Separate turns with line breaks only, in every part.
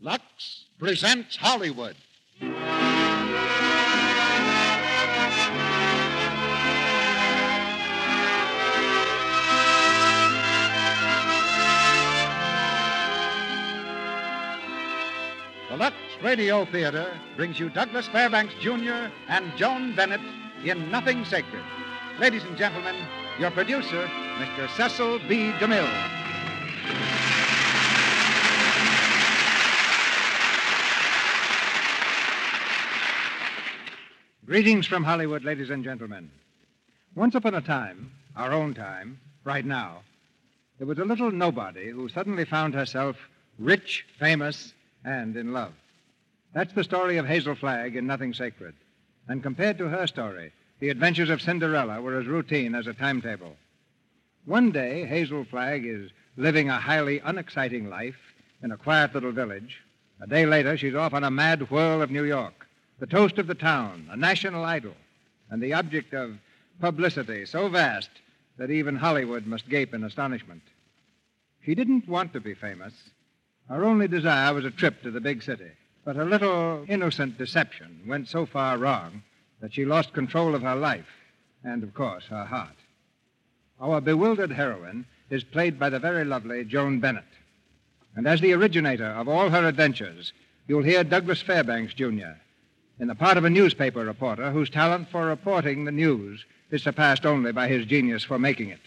Lux presents Hollywood. The Lux Radio Theater brings you Douglas Fairbanks Jr. and Joan Bennett in Nothing Sacred. Ladies and gentlemen, your producer, Mr. Cecil B. DeMille. Greetings from Hollywood, ladies and gentlemen. Once upon a time, our own time, right now, there was a little nobody who suddenly found herself rich, famous, and in love. That's the story of Hazel Flagg in Nothing Sacred. And compared to her story, the adventures of Cinderella were as routine as a timetable. One day, Hazel Flagg is living a highly unexciting life in a quiet little village. A day later, she's off on a mad whirl of New York, the toast of the town, a national idol, and the object of publicity so vast that even Hollywood must gape in astonishment. She didn't want to be famous. Her only desire was a trip to the big city. But her little innocent deception went so far wrong that she lost control of her life and, of course, her heart. Our bewildered heroine is played by the very lovely Joan Bennett. And as the originator of all her adventures, you'll hear Douglas Fairbanks, Jr., in the part of a newspaper reporter whose talent for reporting the news is surpassed only by his genius for making it.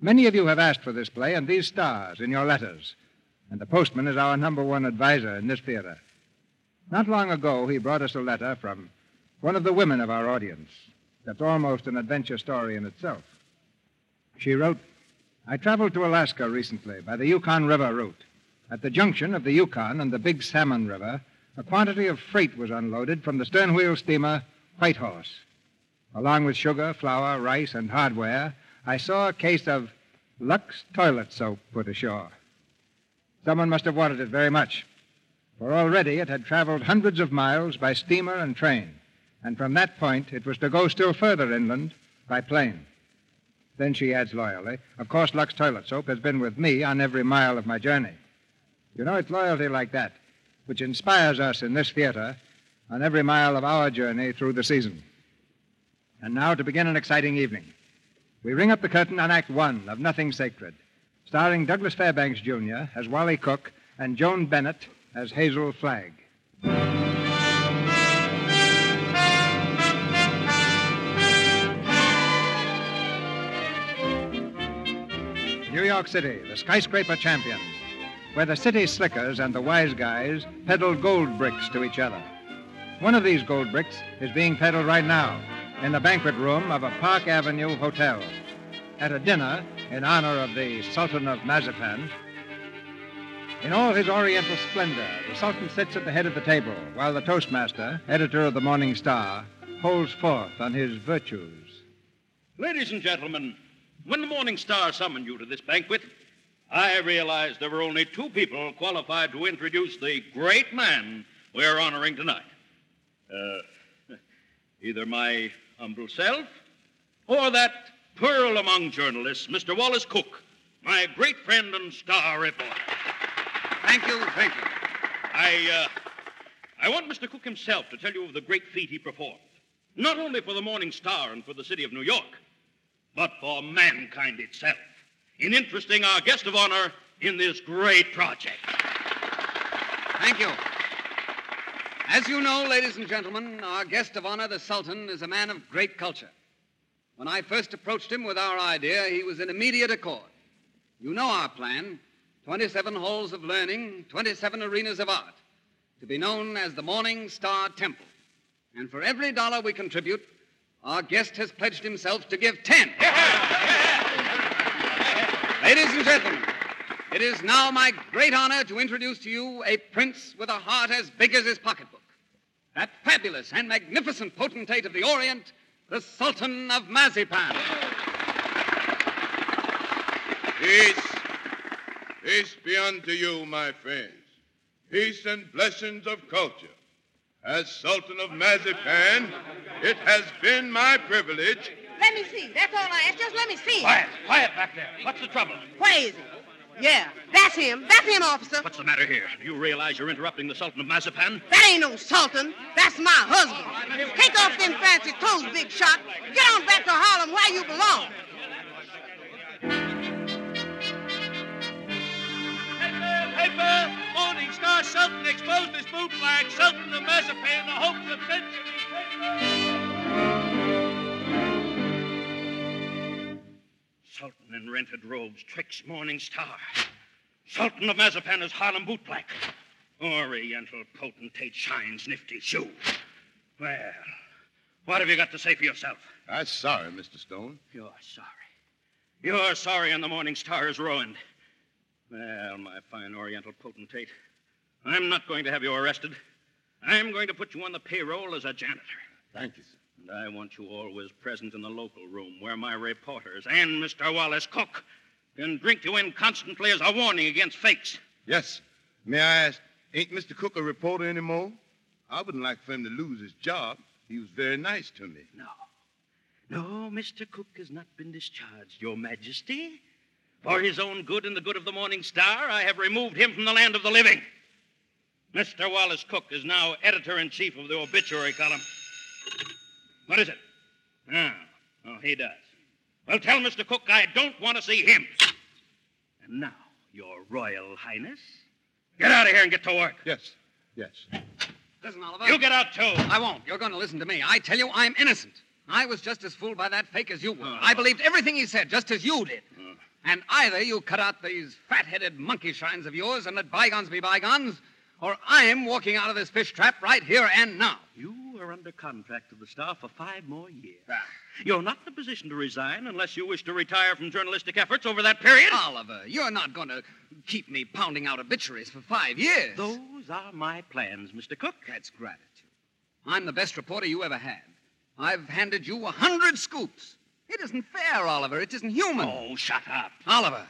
Many of you have asked for this play and these stars in your letters, and the postman is our number one advisor in this theater. Not long ago, he brought us a letter from one of the women of our audience that's almost an adventure story in itself. She wrote, I traveled to Alaska recently by the Yukon River route. At the junction of the Yukon and the Big Salmon River, a quantity of freight was unloaded from the sternwheel steamer White Horse. Along with sugar, flour, rice, and hardware, I saw a case of Lux toilet soap put ashore. Someone must have wanted it very much, for already it had traveled hundreds of miles by steamer and train, and from that point it was to go still further inland by plane. Then she adds loyally, Of course, Lux toilet soap has been with me on every mile of my journey. You know, it's loyalty like that which inspires us in this theater on every mile of our journey through the season. And now to begin an exciting evening. We ring up the curtain on Act One of Nothing Sacred, starring Douglas Fairbanks, Jr. as Wally Cook and Joan Bennett as Hazel Flagg. New York City, the skyscraper champion, where the city slickers and the wise guys peddle gold bricks to each other. One of these gold bricks is being peddled right now in the banquet room of a Park Avenue hotel at a dinner in honor of the Sultan of Mazapan. In all his oriental splendor, the Sultan sits at the head of the table while the Toastmaster, editor of the Morning Star, holds forth on his virtues.
Ladies and gentlemen, when the Morning Star summoned you to this banquet, I realized there were only two people qualified to introduce the great man we're honoring tonight. Uh, either my humble self or that pearl among journalists, Mr. Wallace Cook, my great friend and star reporter. Thank you, thank you. I, uh, I want Mr. Cook himself to tell you of the great feat he performed, not only for the Morning Star and for the city of New York, but for mankind itself in interesting our guest of honor in this great project.
Thank you. As you know, ladies and gentlemen, our guest of honor, the Sultan, is a man of great culture. When I first approached him with our idea, he was in immediate accord. You know our plan 27 halls of learning, 27 arenas of art, to be known as the Morning Star Temple. And for every dollar we contribute, our guest has pledged himself to give 10. Ladies and gentlemen, It is now my great honor to introduce to you a prince with a heart as big as his pocketbook. That fabulous and magnificent potentate of the Orient, the Sultan of Mazipan.
Peace. Peace be unto you, my friends. Peace and blessings of culture. As Sultan of Mazipan, it has been my privilege.
Let me see. That's all I ask. Just let me see.
Quiet, quiet back there. What's the trouble?
Where is he? Yeah, that's him. That's him, officer.
What's the matter here? Do you realize you're interrupting the Sultan of Mazapan?
That ain't no sultan. That's my husband. Take off them fancy toes, big shot. Get on back to Harlem where you belong.
Paper, paper! Morning Star Sultan exposed his boot flag. Sultan of Mazapan, the hopes of century. Sultan in rented robes tricks Morning Star. Sultan of Mazapan is Harlem bootblack. Oriental potentate shines nifty shoe. Well, what have you got to say for yourself?
I'm sorry, Mr. Stone.
You're sorry. You're sorry, and the Morning Star is ruined. Well, my fine Oriental potentate, I'm not going to have you arrested. I'm going to put you on the payroll as a janitor.
Thank you, sir.
And I want you always present in the local room where my reporters and Mr. Wallace Cook can drink you in constantly as a warning against fakes.
Yes. sir. May I ask, ain't Mr. Cook a reporter anymore? I wouldn't like for him to lose his job. He was very nice to me.
No. No, Mr. Cook has not been discharged, Your Majesty. For his own good and the good of the Morning Star, I have removed him from the land of the living. Mr. Wallace Cook is now editor in chief of the obituary column. What is it? Oh, oh, he does. Well, tell Mr. Cook I don't want to see him. And now, Your Royal Highness, get out of here and get to work.
Yes. Yes.
Listen, Oliver.
You get out, too.
I won't. You're going to listen to me. I tell you, I'm innocent. I was just as fooled by that fake as you were.
Oh.
I believed everything he said, just as you did.
Oh.
And either you cut out these fat headed monkey shrines of yours and let bygones be bygones, or I'm walking out of this fish trap right here and now.
You are under contract to the Star for five more years. You're not in a position to resign unless you wish to retire from journalistic efforts over that period.
Oliver, you're not going to keep me pounding out obituaries for five years.
Those are my plans, Mr. Cook.
That's gratitude. I'm the best reporter you ever had. I've handed you a hundred scoops. It isn't fair, Oliver. It isn't human.
Oh, shut up.
Oliver,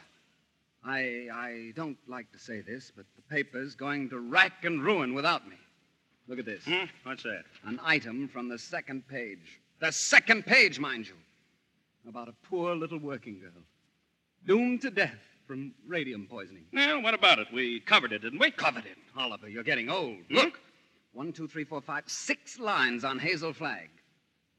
I, I don't like to say this, but the paper's going to rack and ruin without me. Look at this
Hmm? What's that?
an item from the second page. The second page, mind you. About a poor little working girl doomed to death from radium poisoning.
Well, what about it? We covered it, didn't we?
Covered it, Oliver. You're getting old.
Hmm?
Look. One, two, three, four, five, six lines on Hazel Flag.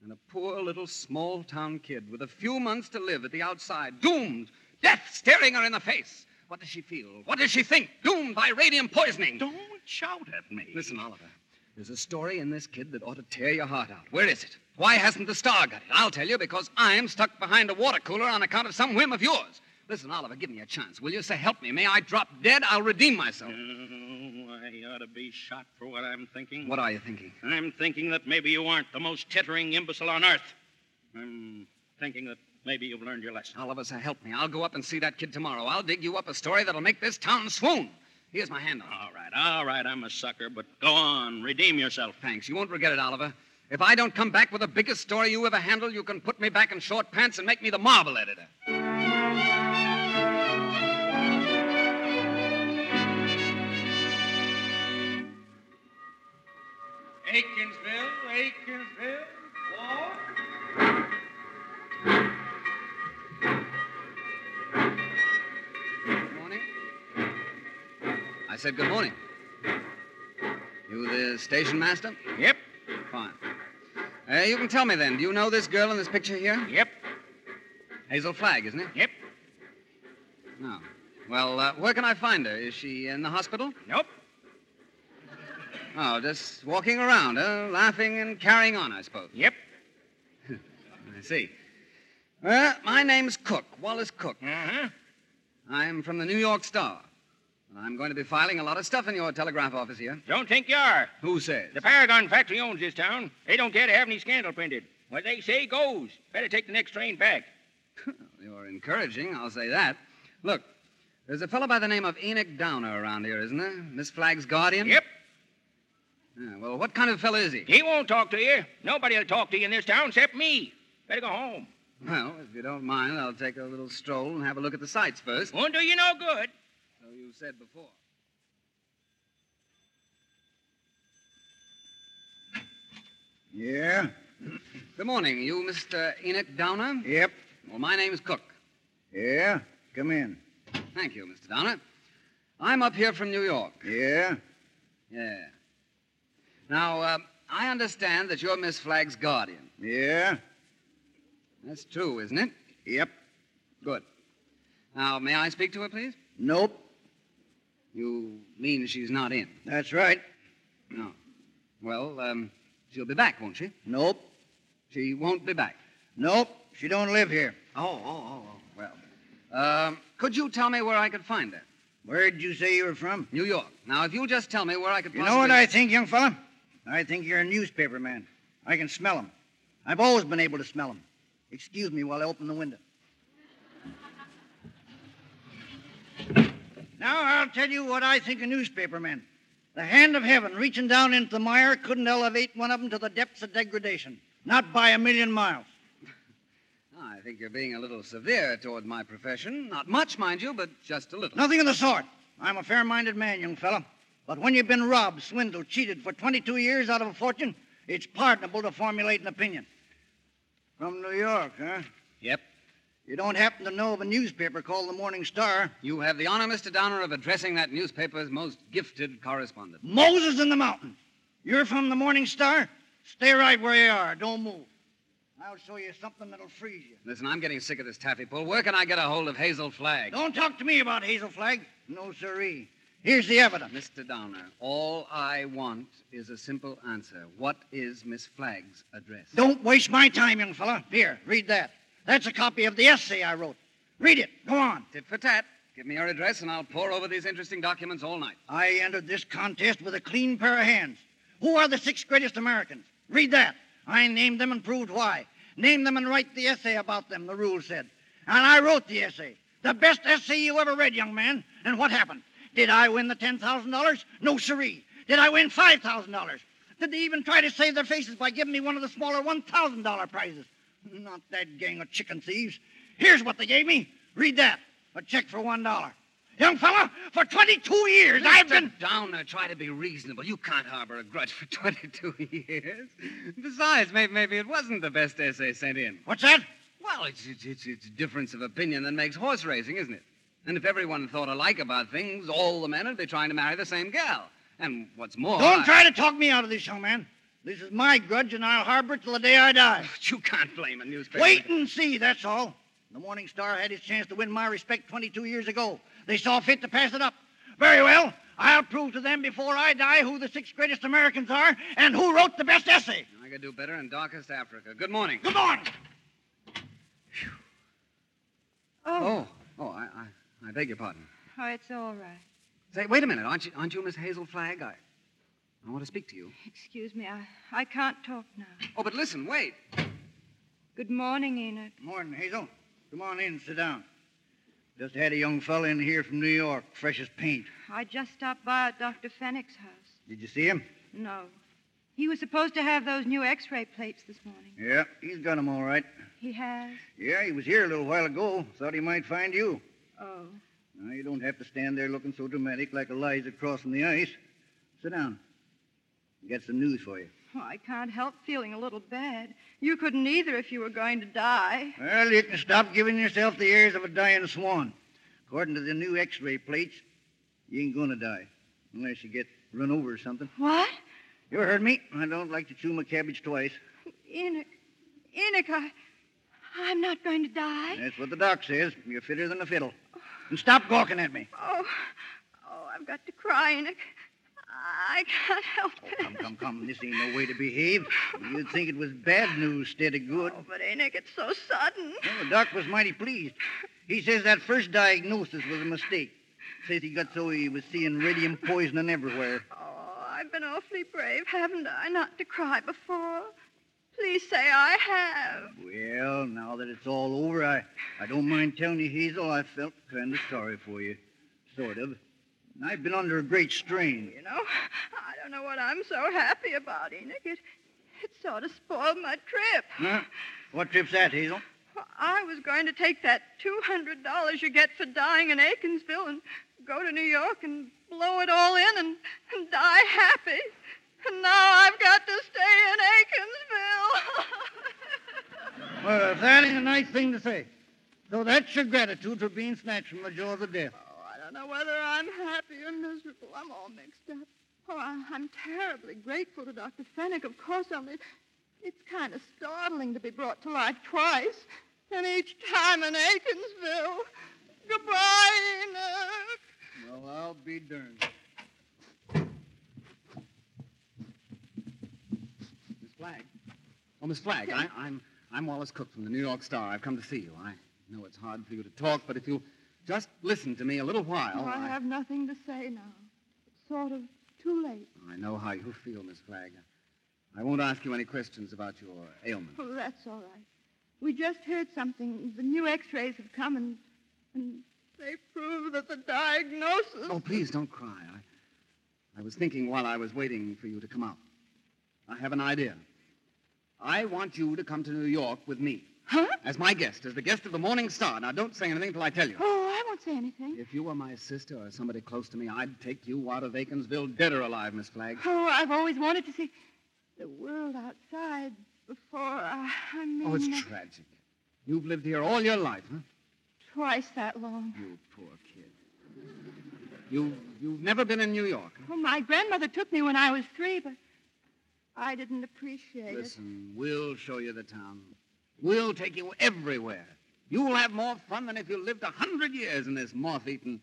And a poor little small town kid with a few months to live at the outside, doomed, death staring her in the face. What does she feel? What does she think? Doomed by radium poisoning.
Don't shout at me.
Listen, Oliver. There's a story in this kid that ought to tear your heart out. Where is it? Why hasn't the star got it? I'll tell you because I'm stuck behind a water cooler on account of some whim of yours. Listen, Oliver, give me a chance, will you? Say, help me. May I drop dead? I'll redeem myself.
Oh, I ought to be shot for what I'm thinking.
What are you thinking?
I'm thinking that maybe you aren't the most tittering imbecile on earth. I'm thinking that maybe you've learned your lesson.
Oliver, sir, help me. I'll go up and see that kid tomorrow. I'll dig you up a story that'll make this town swoon. Here's my hand on it.
All right, all right, I'm a sucker, but go on, redeem yourself.
Thanks. You won't regret it, Oliver. If I don't come back with the biggest story you ever handled, you can put me back in short pants and make me the Marvel editor.
Aikensville, Aikensville, Ward.
Good morning. I said good morning. You the station master?
Yep,
Fine. Uh, you can tell me then. Do you know this girl in this picture here?
yep,
Hazel Flagg, isn't it?
yep.
No. Well, uh, where can I find her? Is she in the hospital?
Nope.
Oh, just walking around, huh? Laughing and carrying on, I suppose.
Yep.
I see. Well, my name's Cook, Wallace Cook.
Uh-huh.
I'm from the New York Star. And I'm going to be filing a lot of stuff in your telegraph office here.
Don't think you are.
Who says?
The Paragon factory owns this town. They don't care to have any scandal printed. What they say goes. Better take the next train back.
You're encouraging, I'll say that. Look, There's a fellow by the name of Enoch Downer around here, isn't there? Miss Flagg's guardian?
Yep.
Yeah, well, what kind of fellow is he?
He won't talk to you. Nobody'll talk to you in this town except me. Better go home.
Well, if you don't mind, I'll take a little stroll and have a look at the sights first.
Won't do you no good.
So you said before.
Yeah?
Good morning. You Mr. Enoch Downer?
Yep.
Well, my name's Cook.
Yeah? Come in.
Thank you, Mr. Downer. I'm up here from New York.
Yeah?
Yeah. Now, uh, I understand that you're Miss Flagg's guardian.
Yeah?
That's true, isn't it?
Yep.
Good. Now, may I speak to her, please?
Nope.
You mean she's not in?
That's right.
No. Well, um, she'll be back, won't she?
Nope.
She won't be back.
Nope. She don't live here.
Oh, oh, oh, oh. Well, um, could you tell me where I could find her?
Where'd you say you were from?
New York. Now, if you'll just tell me where I could
You
possibly...
know what I think, young fella? I think you're a newspaper man. I can smell 'em. I've always been able to smell 'em. Excuse me while I open the window. Now I'll tell you what I think of newspaper men. The hand of heaven reaching down into the mire couldn't elevate one of 'em to the depths of degradation. Not by a million miles.
I think you're being a little severe toward my profession. Not much, mind you, but just a little.
Nothing of the sort. I'm a fair minded man, young fella. But when you've been robbed, swindled, cheated for 22 years out of a fortune, it's pardonable to formulate an opinion. From New York, huh?
Yep.
You don't happen to know of a newspaper called the Morning Star?
You have the honor, Mr. Downer, of addressing that newspaper's most gifted correspondent.
Moses in the Mountain. You're from the Morning Star? Stay right where you are. Don't move. I'll show you something that'll freeze you.
Listen, I'm getting sick of this taffy pull. Where can I get a hold of Hazel Flagg?
Don't talk to me about Hazel Flag. No, siree. Here's the evidence.
Mr. Downer, all I want is a simple answer. What is Miss Flagg's address?
Don't waste my time, young fella. Here, read that. That's a copy of the essay I wrote. Read it. Go on.
Tit for tat. Give me your address, and I'll pore over these interesting documents all night.
I entered this contest with a clean pair of hands. Who are the six greatest Americans? Read that. I named them and proved why. Name them and write the essay about them, the rule said. And I wrote the essay. The best essay you ever read, young man. And what happened? Did I win the $10,000? No, siree. Did I win $5,000? Did they even try to save their faces by giving me one of the smaller $1,000 prizes? Not that gang of chicken thieves. Here's what they gave me. Read that. A check for $1. Young fella, for 22 years I've been.
Mr. Downer, try to be reasonable. You can't harbor a grudge for 22 years. Besides, maybe, maybe it wasn't the best essay sent in.
What's that?
Well, it's, it's, it's, it's a difference of opinion that makes horse racing, isn't it? And if everyone thought alike about things, all the men would be trying to marry the same gal. And what's more...
Don't
I-
try to talk me out of this, young man. This is my grudge, and I'll harbor it till the day I die.
But you can't blame a newspaper.
Wait and see, that's all. The Morning Star had its chance to win my respect 22 years ago. They saw fit to pass it up. Very well. I'll prove to them before I die who the six greatest Americans are and who wrote the best essay.
I could do better in darkest Africa. Good morning.
Good morning.
Oh, oh, I, I, I beg your pardon.
Oh, it's all right.
Say, wait a minute. Aren't you, aren't you Miss Hazel Flagg? I, I want to speak to you.
Excuse me, I, I can't talk now.
Oh, but listen, wait.
Good morning, Enoch.
Morning, Hazel. Come on in, sit down. Just had a young fella in here from New York, fresh as paint.
I just stopped by at Dr. Fenwick's house.
Did you see him?
No. He was supposed to have those new x ray plates this morning.
Yeah, he's got 'em all right.
He has?
Yeah, he was here a little while ago. Thought he might find you.
Oh.
Now, you don't have to stand there looking so dramatic like Eliza crossing the ice. Sit down. I got some news for you.
Well, I can't help feeling a little bad. You couldn't either if you were going to die.
Well, you can stop giving yourself the airs of a dying swan. According to the new x-ray plates, you ain't gonna die. Unless you get run over or something.
What?
You heard me? I don't like to chew my cabbage twice.
Enoch. Enoch, I. I'm not going to die.
That's what the doc says. You're fitter than a fiddle. And stop gawking at me.
Oh. Oh, I've got to cry, Enoch. I can't help it.
Come, come, come. This ain't no way to behave. You'd think it was bad news instead of good.
Oh, but Enoch, it's so sudden.
Well, the doc was mighty pleased. He says that first diagnosis was a mistake. Says he got so he was seeing radium poisoning everywhere.
Oh, I've been awfully brave, haven't I, not to cry before? Please say I have.
Well, now that it's all over, I, I don't mind telling you, Hazel, I felt kind of sorry for you. Sort of. And I've been under a great strain.
You know, I don't know what I'm so happy about, Enoch. It, it sort of spoiled my trip.
Huh? What trip's that, Hazel?
I was going to take that $200 you get for dying in Aikensville and go to New York and blow it all in and, and die happy. And now I've got to stay in Aikensville.
Well, if that ain't a nice thing to say. So that's your gratitude for being snatched from the jaws of death.
I don't know whether I'm happy or miserable. I'm all mixed up. Oh, I, I'm terribly grateful to Dr. Fennick, of course, only it's kind of startling to be brought to life twice, and each time in Aikensville. Goodbye, Enoch.
Well, I'll be darned.
Miss Flagg. Oh, Miss Flagg, I, I'm I'm Wallace Cook from the New York Star. I've come to see you. I know it's hard for you to talk, but if you'll just listen to me a little while,
Oh, I
I,
have nothing to say now. It's sort of too late.
I know how you feel, Miss Flagg. I won't ask you any questions about your ailment.
Oh, that's all right. We just heard something. The new x-rays have come, and, and they prove that the diagnosis...
Oh, please don't cry. I, I was thinking while I was waiting for you to come out. I have an idea. I want you to come to New York with me.
Huh?
As my guest, as the guest of the Morning Star. Now, don't say anything till I tell you.
Oh, I won't say anything.
If you were my sister or somebody close to me, I'd take you out of Aikensville dead or alive, Miss Flagg.
Oh, I've always wanted to see the world outside before I, I mean...
Oh, it's
uh,
tragic. You've lived here all your life, huh?
Twice that long.
You poor kid. You, you've never been in New York.
Well, my grandmother took me when I was three, but I didn't appreciate
Listen, we'll show you the town. We'll take you everywhere. You'll have more fun than if you lived a hundred years in this moth-eaten,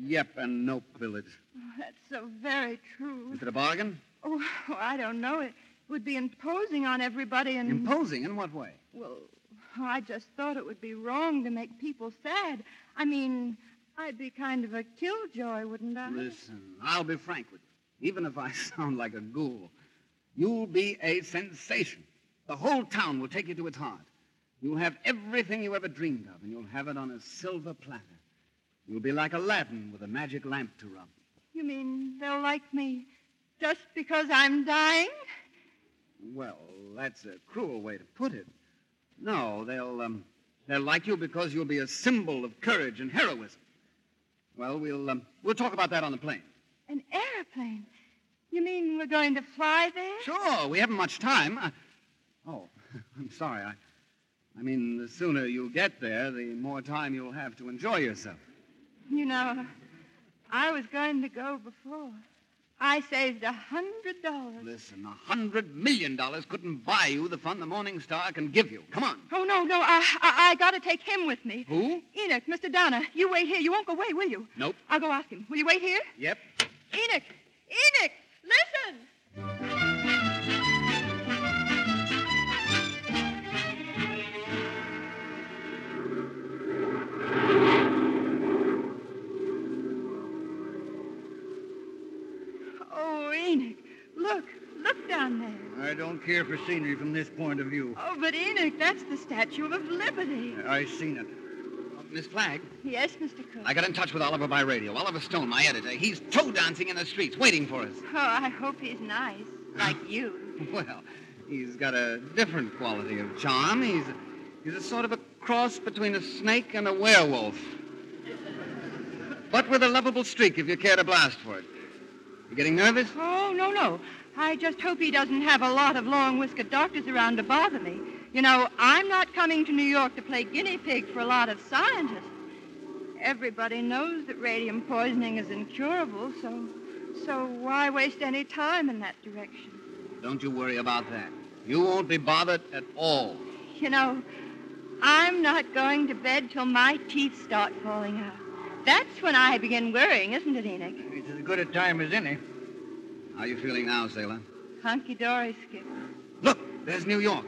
yep and nope village.
it. Oh, that's so very true.
Is it a bargain?
Oh, I don't know. It would be imposing on everybody and...
Imposing in what way?
Well, I just thought it would be wrong to make people sad. I mean, I'd be kind of a killjoy, wouldn't I?
Listen, I'll be frank with you. Even if I sound like a ghoul, you'll be a sensation. The whole town will take you to its heart. You'll have everything you ever dreamed of, and you'll have it on a silver platter. You'll be like Aladdin with a magic lamp to rub.
You mean they'll like me just because I'm dying?
Well, that's a cruel way to put it. No, they'll um, they'll like you because you'll be a symbol of courage and heroism. Well, we'll um, we'll talk about that on the plane.
An airplane? You mean we're going to fly there?
Sure, we haven't much time. I- Oh, I'm sorry. I, I mean, the sooner you get there, the more time you'll have to enjoy yourself.
You know, I was going to go before. I saved a hundred dollars.
Listen, a hundred million dollars couldn't buy you the fun the Morning Star can give you. Come on.
Oh no, no, I, I, I got to take him with me.
Who?
Enoch, Mr. Downer, you wait here. You won't go away, will you?
Nope.
I'll go ask him. Will you wait here?
Yep.
Enoch, Enoch, listen. Oh, Enoch, look, look down there.
I don't care for scenery from this point of view.
Oh, but Enoch, that's the Statue of Liberty.
I seen it.
Miss Flagg,
Yes, Mr. Cook.
I got in touch with Oliver by radio. Oliver Stone, my editor. He's toe dancing in the streets, waiting for us.
Oh, I hope he's nice, like you.
Well, he's got a different quality of charm. He's he's a sort of a cross between a snake and a werewolf. But with a lovable streak if you care to blast for it. You getting nervous?
Oh, no, no. I just hope he doesn't have a lot of long-whiskered doctors around to bother me. You know, I'm not coming to New York to play guinea pig for a lot of scientists. Everybody knows that radium poisoning is incurable, so so why waste any time in that direction?
Don't you worry about that. You won't be bothered at all.
You know, I'm not going to bed till my teeth start falling out. That's when I begin worrying, isn't it, Enoch?
It's as good a time as any.
How are you feeling now, Sailor?
Hunky dory, Skip.
Look, there's New York.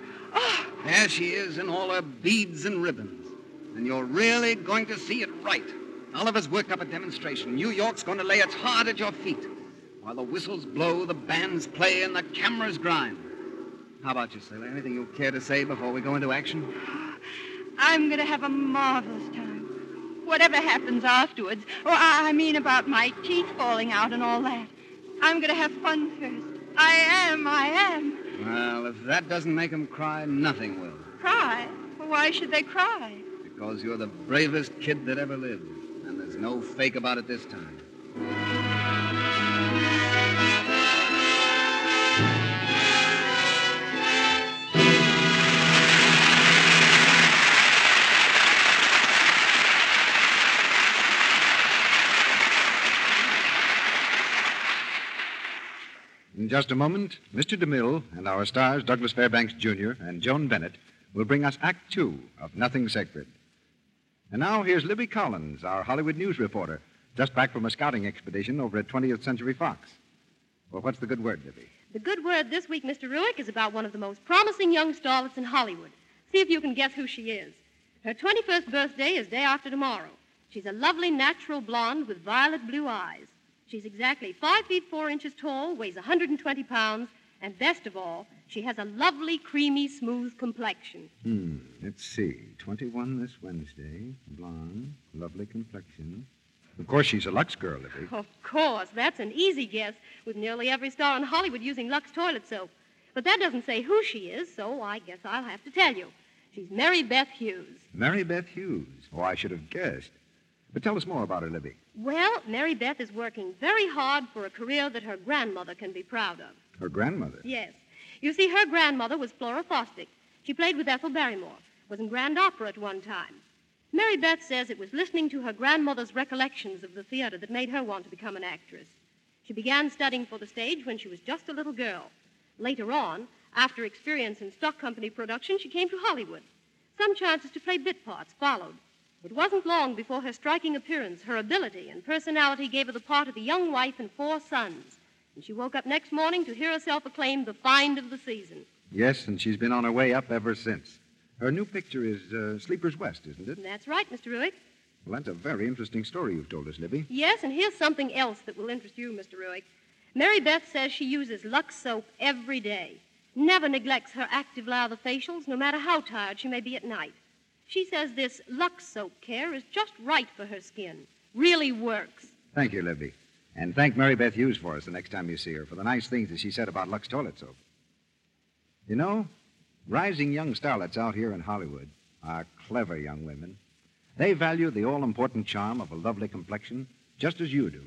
There she is in all her beads and ribbons. And you're really going to see it right. Oliver's worked up a demonstration. New York's going to lay its hard at your feet. While the whistles blow, the bands play, and the cameras grind. How about you, Sailor? Anything you care to say before we go into action?
I'm going to have a marvelous time. whatever happens afterwards. Or I I mean about my teeth falling out and all that. I'm going to have fun first. I am, I am.
Well, if that doesn't make them cry, nothing will.
Cry? Why should they cry?
Because you're the bravest kid that ever lived. And there's no fake about it this time.
In just a moment, Mr. DeMille and our stars, Douglas Fairbanks Jr. and Joan Bennett, will bring us Act Two of Nothing Sacred. And now here's Libby Collins, our Hollywood news reporter, just back from a scouting expedition over at 20th Century Fox. Well, what's the good word, Libby?
The good word this week, Mr. Ruick, is about one of the most promising young starlets in Hollywood. See if you can guess who she is. Her 21st birthday is day after tomorrow. She's a lovely natural blonde with violet blue eyes. She's exactly 5 feet 4 inches tall, weighs 120 pounds, and best of all, she has a lovely, creamy, smooth complexion.
Hmm, let's see. 21 this Wednesday. Blonde, lovely complexion. Of course, she's a Lux girl, Libby.
Of course, that's an easy guess, with nearly every star in Hollywood using Lux toilet soap. But that doesn't say who she is, so I guess I'll have to tell you. She's Mary Beth Hughes.
Mary Beth Hughes. Oh, I should have guessed. But tell us more about her, Libby.
Well, Mary Beth is working very hard for a career that her grandmother can be proud of.
Her grandmother.
Yes. You see, her grandmother was Flora Fosdick. She played with Ethel Barrymore, was in Grand Opera at one time. Mary Beth says it was listening to her grandmother's recollections of the theater that made her want to become an actress. She began studying for the stage when she was just a little girl. Later on, after experience in stock company production, she came to Hollywood. Some chances to play bit parts followed. It wasn't long before her striking appearance, her ability, and personality gave her the part of the young wife and four sons. And she woke up next morning to hear herself acclaimed the find of the season.
Yes, and she's been on her way up ever since. Her new picture is uh, Sleepers West, isn't it?
And that's right, Mr. Ruick.
Well, that's a very interesting story you've told us, Libby.
Yes, and here's something else that will interest you, Mr. Ruick. Mary Beth says she uses Lux soap every day, never neglects her active lather facials, no matter how tired she may be at night. She says this Lux soap care is just right for her skin. Really works.
Thank you, Libby. And thank Mary Beth Hughes for us the next time you see her for the nice things that she said about Lux toilet soap. You know, rising young starlets out here in Hollywood are clever young women. They value the all important charm of a lovely complexion just as you do.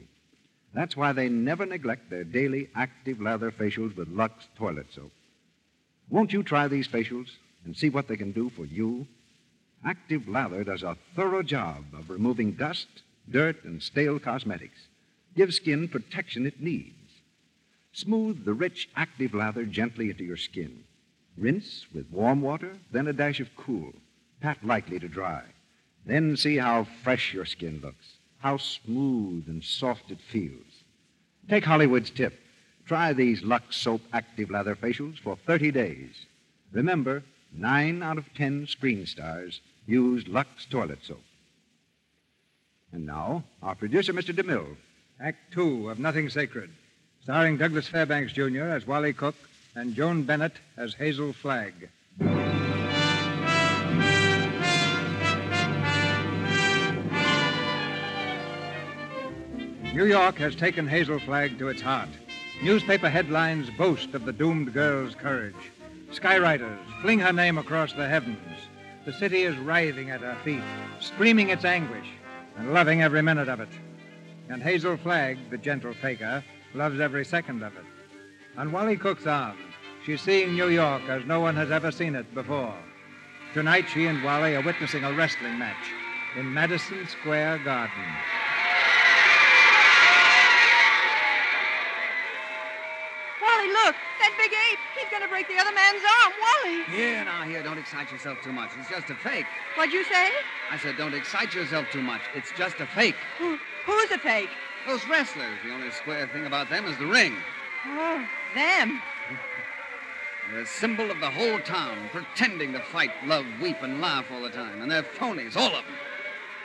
That's why they never neglect their daily active lather facials with Lux toilet soap. Won't you try these facials and see what they can do for you? Active Lather does a thorough job of removing dust, dirt, and stale cosmetics. Gives skin protection it needs. Smooth the rich Active Lather gently into your skin. Rinse with warm water, then a dash of cool. Pat lightly to dry. Then see how fresh your skin looks, how smooth and soft it feels. Take Hollywood's tip. Try these Lux Soap Active Lather facials for 30 days. Remember, nine out of ten screen stars use Lux toilet soap. And now, our producer, Mr. DeMille. Act Two of Nothing Sacred, starring Douglas Fairbanks Jr. as Wally Cook and Joan Bennett as Hazel Flagg. New York has taken Hazel Flagg to its heart. Newspaper headlines boast of the doomed girl's courage. Skywriters fling her name across the heavens. The city is writhing at her feet, screaming its anguish, and loving every minute of it. And Hazel Flagg, the gentle faker, loves every second of it. On Wally Cook's arm, she's seeing New York as no one has ever seen it before. Tonight, she and Wally are witnessing a wrestling match in Madison Square Garden.
Wally, look, that big ape. He's going to break the other man's arm. Wally.
Here, now, here, don't excite yourself too much. It's just a fake.
What'd you say?
I said, don't excite yourself too much. It's just a fake.
Who, who's a fake?
Those wrestlers, the only square thing about them is the ring.
Oh, them.
They're a symbol of the whole town, pretending to fight, love, weep, and laugh all the time. And they're phonies, all of them.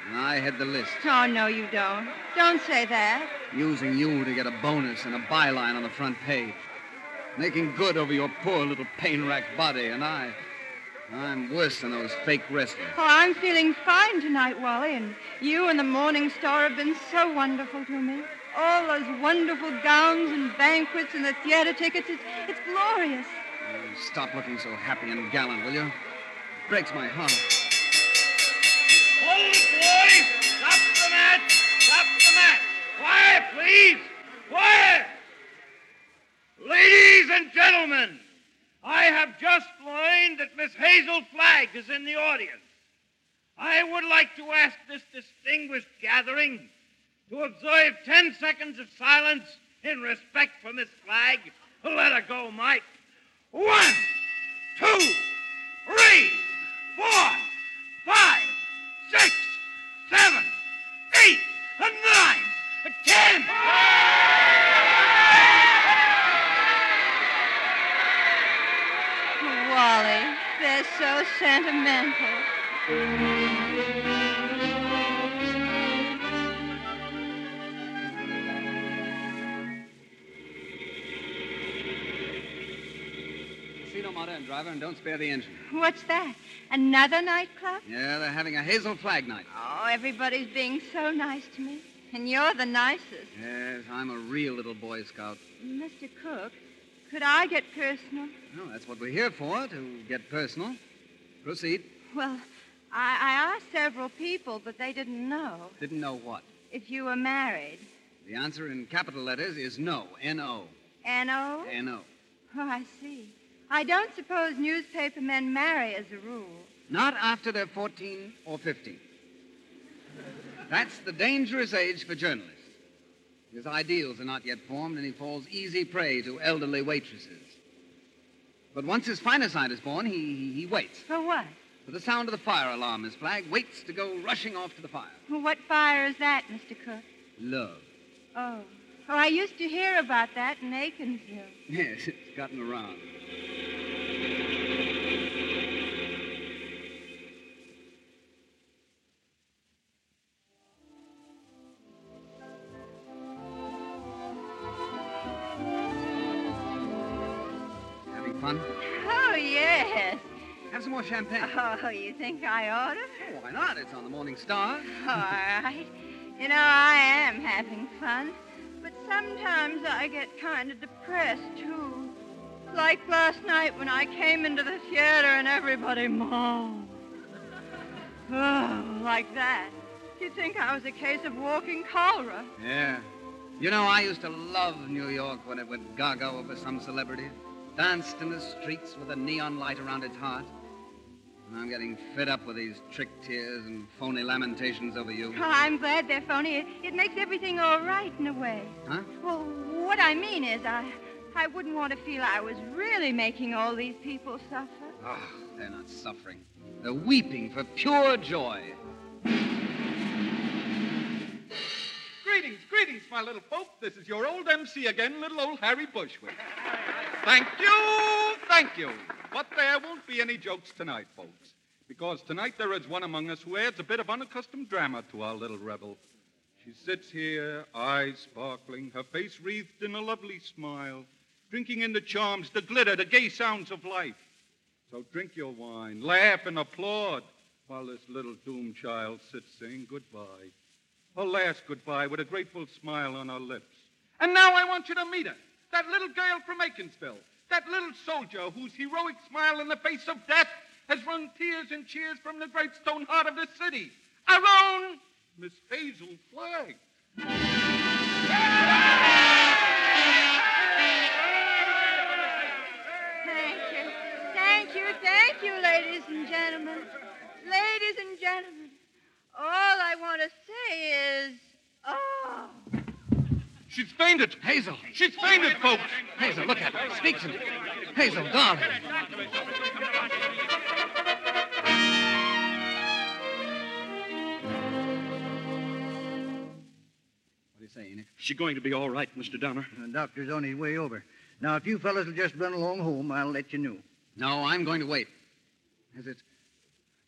And I had the list,
Oh, no, you don't. Don't say that.
using you to get a bonus and a byline on the front page. Making good over your poor little pain racked body, and I. I'm worse than those fake wrestlers.
Oh, I'm feeling fine tonight, Wally, and you and the Morning Star have been so wonderful to me. All those wonderful gowns and banquets and the theater tickets, it's, it's glorious.
Oh, stop looking so happy and gallant, will you? Breaks my heart.
Hold it, boys! Stop the match! Stop the match! Quiet, please! Quiet! Ladies and gentlemen, I have just learned that Miss Hazel Flagg is in the audience. I would like to ask this distinguished gathering to observe 10 seconds of silence in respect for Miss Flagg. Let her go, Mike. One, two, three, four, five, six, seven, eight, nine, ten.
Wally, they're so sentimental.
Casino Modern, driver, and don't spare the engine.
What's that? Another nightclub?
Yeah, they're having a Hazel Flag night.
Oh, everybody's being so nice to me. And you're the nicest.
Yes, I'm a real little Boy Scout.
Mr. Cook, could I get personal?
Well, that's what we're here for, to get personal. Proceed.
Well, I, I asked several people, but they didn't know
Didn't know what.
if you were married.
The answer in capital letters is no. N-O.
N.O.?
N-O.
Oh, I see. I don't suppose newspaper men marry as a rule.
Not after they're 14 or 15. That's the dangerous age for journalists. His ideals are not yet formed, and he falls easy prey to elderly waitresses. But once his finer side is born, he, he, he waits.
For what?
For the sound of the fire alarm, his flag waits to go rushing off to the fire.
Well, What fire is that, Mr. Cook?
Love.
Oh. Oh, I used to hear about that in Aikensville.
Yes, it's gotten around. Having fun?
Oh, yes.
Have some more champagne.
Oh, you think I ought to?
Why not? It's on the Morning Star.
All right. You know, I am having fun, but sometimes I get kind of depressed, too. Like last night when I came into the theater and everybody moaned. Oh, like that. You'd think I was a case of walking cholera.
Yeah. You know, I used to love New York when it went gaga over some celebrity. Danced in the streets with a neon light around its heart. And I'm getting fed up with these trick tears and phony lamentations over you.
Oh, I'm glad they're phony. It, it makes everything all right in a way.
Huh?
Well, what I mean is I, I wouldn't want to feel I was really making all these people suffer.
Oh, they're not suffering. They're weeping for pure joy.
Greetings, greetings, my little folk. This is your old MC again, little old Harry Bushwick. Thank you, thank you. But there won't be any jokes tonight, folks, because tonight there is one among us who adds a bit of unaccustomed drama to our little revel. She sits here, eyes sparkling, her face wreathed in a lovely smile, drinking in the charms, the glitter, the gay sounds of life. So drink your wine, laugh and applaud, while this little doomed child sits saying goodbye her last goodbye with a grateful smile on her lips. And now I want you to meet her, that little girl from Aikensville, that little soldier whose heroic smile in the face of death has wrung tears and cheers from the great stone heart of the city, our own Miss Hazel Flagg.
Thank you. Thank you. Thank you, ladies and gentlemen. Ladies and gentlemen, all I want to say is, oh.
She's fainted.
Hazel.
She's fainted, folks.
Hazel, look at her. Speak to me. Hazel, darling.
What
do you say, Enoch?
She's going to be all right, Mr. Donner.
The doctor's on his way over. Now, if you fellas will just run along home, I'll let you know.
No, I'm going to wait. Has it.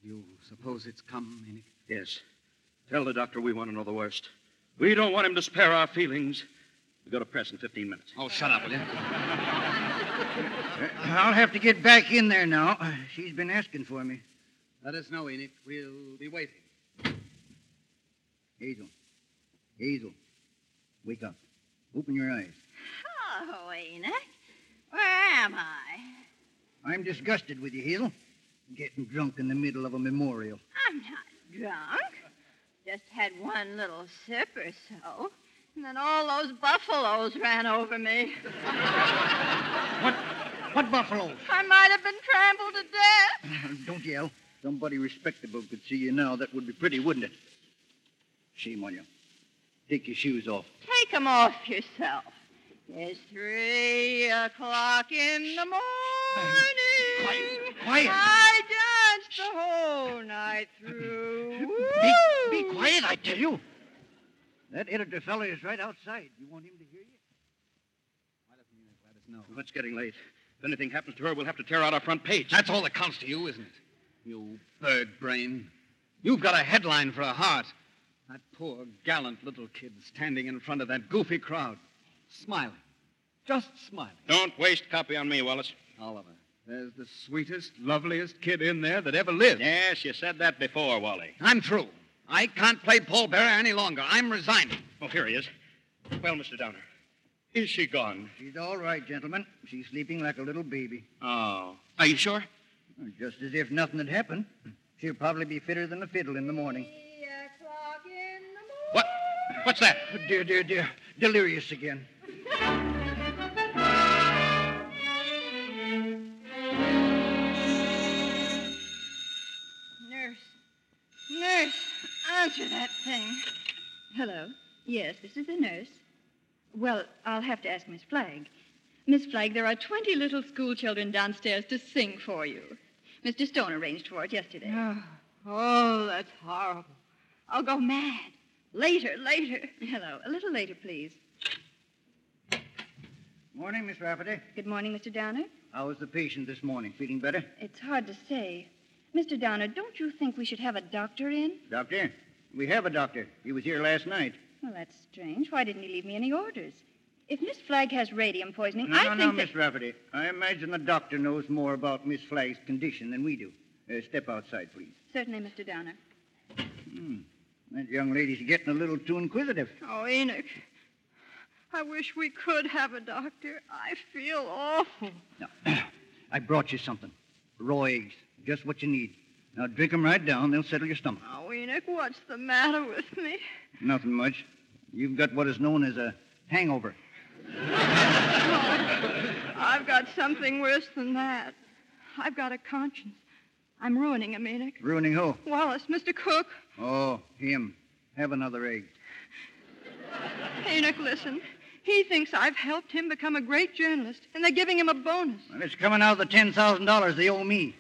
Do you suppose it's come, Enoch?
Yes. Tell the doctor we want to know the worst. We don't want him to spare our feelings.
We go to press in 15 minutes.
Oh, shut up, will you?
I'll have to get back in there now. She's been asking for me.
Let us know, Enoch. We'll be waiting.
Hazel. Hazel. Wake up. Open your eyes.
Oh, Enoch. Where am I?
I'm disgusted with you, Hazel. Getting drunk in the middle of a memorial.
I'm not drunk. Just had one little sip or so. And then all those buffaloes ran over me.
What buffaloes?
I might have been trampled to death.
Don't yell. Somebody respectable could see you now. That would be pretty, wouldn't it? Shame on you. Take your shoes off.
Take 'em off yourself. It's three o'clock in the morning.
quiet.
I danced the whole night through.
Be, be quiet, I tell you. That editor fellow is right outside. You want him to hear you?
No.
It's getting late. If anything happens to her, we'll have to tear out our front page.
That's all that counts to you, isn't it? You bird brain. You've got a headline for a heart. That poor, gallant little kid standing in front of that goofy crowd, smiling. Just smiling.
Don't waste copy on me, Wallace.
Oliver, there's the sweetest, loveliest kid in there that ever lived.
Yes, you said that before, Wally.
I'm through. I can't play Paul Bearer any longer. I'm resigning.
Oh, here he is. Well, Mr. Downer, is she gone?
She's all right, gentlemen. She's sleeping like a little baby.
Oh. Are you sure?
Just as if nothing had happened. She'll probably be fitter than a fiddle in the morning.
What? What's that?
Dear, dear, dear. Delirious again.
Nurse. Nurse, answer that thing.
Hello. Yes, this is the nurse. Well, I'll have to ask Miss Flagg. Miss Flagg, there are 20 little school children downstairs to sing for you. Mr. Stone arranged for it yesterday.
Oh, oh, that's horrible.
I'll go mad. Later, later. Hello. A little later, please.
Morning, Miss Rafferty.
Good morning, Mr. Downer.
How was the patient this morning? Feeling better?
It's hard to say. Mr. Downer, don't you think we should have a doctor in?
Doctor? We have a doctor. He was here last night.
Well, that's strange. Why didn't he leave me any orders? If Miss Flagg has radium poisoning,
No,
I
no,
think
no,
that...
Miss Rafferty. I imagine the doctor knows more about Miss Flagg's condition than we do. Uh, step outside, please.
Certainly, Mr. Downer.
Hmm. That young lady's getting a little too inquisitive.
Oh, Enoch, I wish we could have a doctor. I feel awful.
I brought you something. Raw eggs. Just what you need. Now drink 'em right down. They'll settle your stomach.
Oh, Enoch, what's the matter with me?
Nothing much. You've got what is known as a hangover.
Oh, I've got something worse than that. I've got a conscience. I'm ruining him, Enoch.
Ruining who?
Wallace, Mr. Cook.
Oh, him. Have another egg.
Enoch, listen. He thinks I've helped him become a great journalist, and they're giving him a bonus.
Well, it's coming out of the $10,000 they owe me.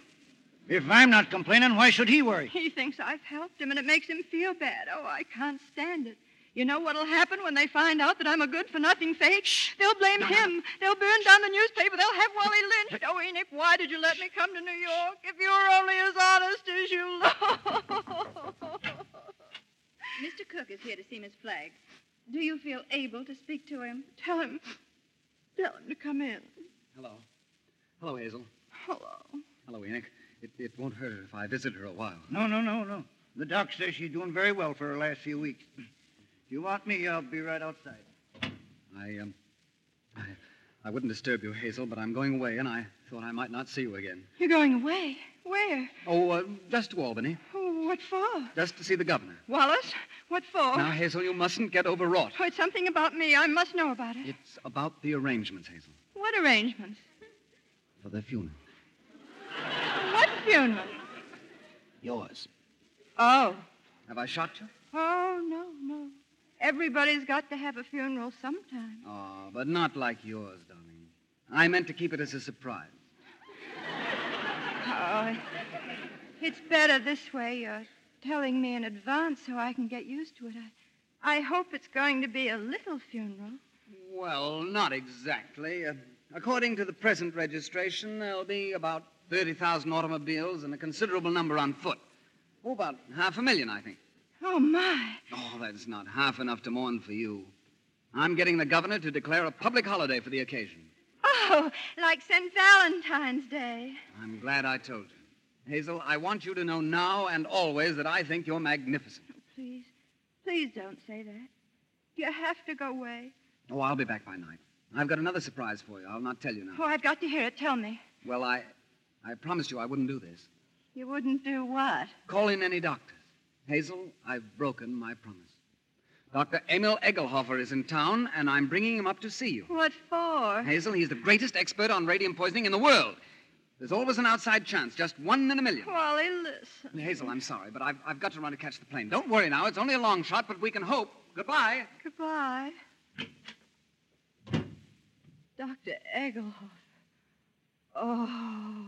If I'm not complaining, why should he worry?
He thinks I've helped him, and it makes him feel bad. Oh, I can't stand it. You know what'll happen when they find out that I'm a good for nothing fake? They'll blame him. They'll burn down the newspaper. They'll have Wally lynched. Oh, Enoch, why did you let me come to New York if you were only as honest as you look?
Mr. Cook is here to see Miss Flagg. Do you feel able to speak to him?
Tell him. Tell him to come in.
Hello. Hello, Hazel.
Hello.
Hello, Enoch. It, it won't hurt her if I visit her a while.
No, no, no, no. The doc says she's doing very well for her last few weeks. If you want me, I'll be right outside.
I, um, I, I wouldn't disturb you, Hazel, but I'm going away, and I thought I might not see you again.
You're going away. Where?
Oh, uh, just to Albany,
Oh, what for?
just to see the governor.
Wallace, what for?
Now, Hazel, you mustn't get overwrought.
Oh, it's something about me. I must know about it.
It's about the arrangements, Hazel,
What arrangements?
for the funeral.
What funeral?
Yours.
Oh.
Have I shot you?
Oh, no, no. Everybody's got to have a funeral sometime.
Oh, but not like yours, darling. I meant to keep it as a surprise.
Oh, it's better this way. You're telling me in advance so I can get used to it. I, I hope it's going to be a little funeral.
Well, not exactly. Uh, according to the present registration, there'll be about 30,000 automobiles and a considerable number on foot. Oh, about half a million, I think.
Oh, my.
Oh, that's not half enough to mourn for you. I'm getting the governor to declare a public holiday for the occasion.
Oh, like St. Valentine's Day.
I'm glad I told you. Hazel, I want you to know now and always that I think you're magnificent.
Please, please don't say that. You have to go away.
Oh, I'll be back by night. I've got another surprise for you. I'll not tell you now.
Oh, I've got to hear it. Tell me.
Well, I I promised you I wouldn't do this.
You wouldn't do what?
Call in any doctors. Hazel, I've broken my promise. Dr. Emil Egelhofer is in town, and I'm bringing him up to see you.
What for?
Hazel, he's the greatest expert on radium poisoning in the world. There's always an outside chance, just one in a million.
Wally, listen.
Hazel, I'm sorry, but I've, I've got to run to catch the plane. Don't worry now. It's only a long shot, but we can hope. Goodbye.
Goodbye. Dr. Egelhoff. Oh.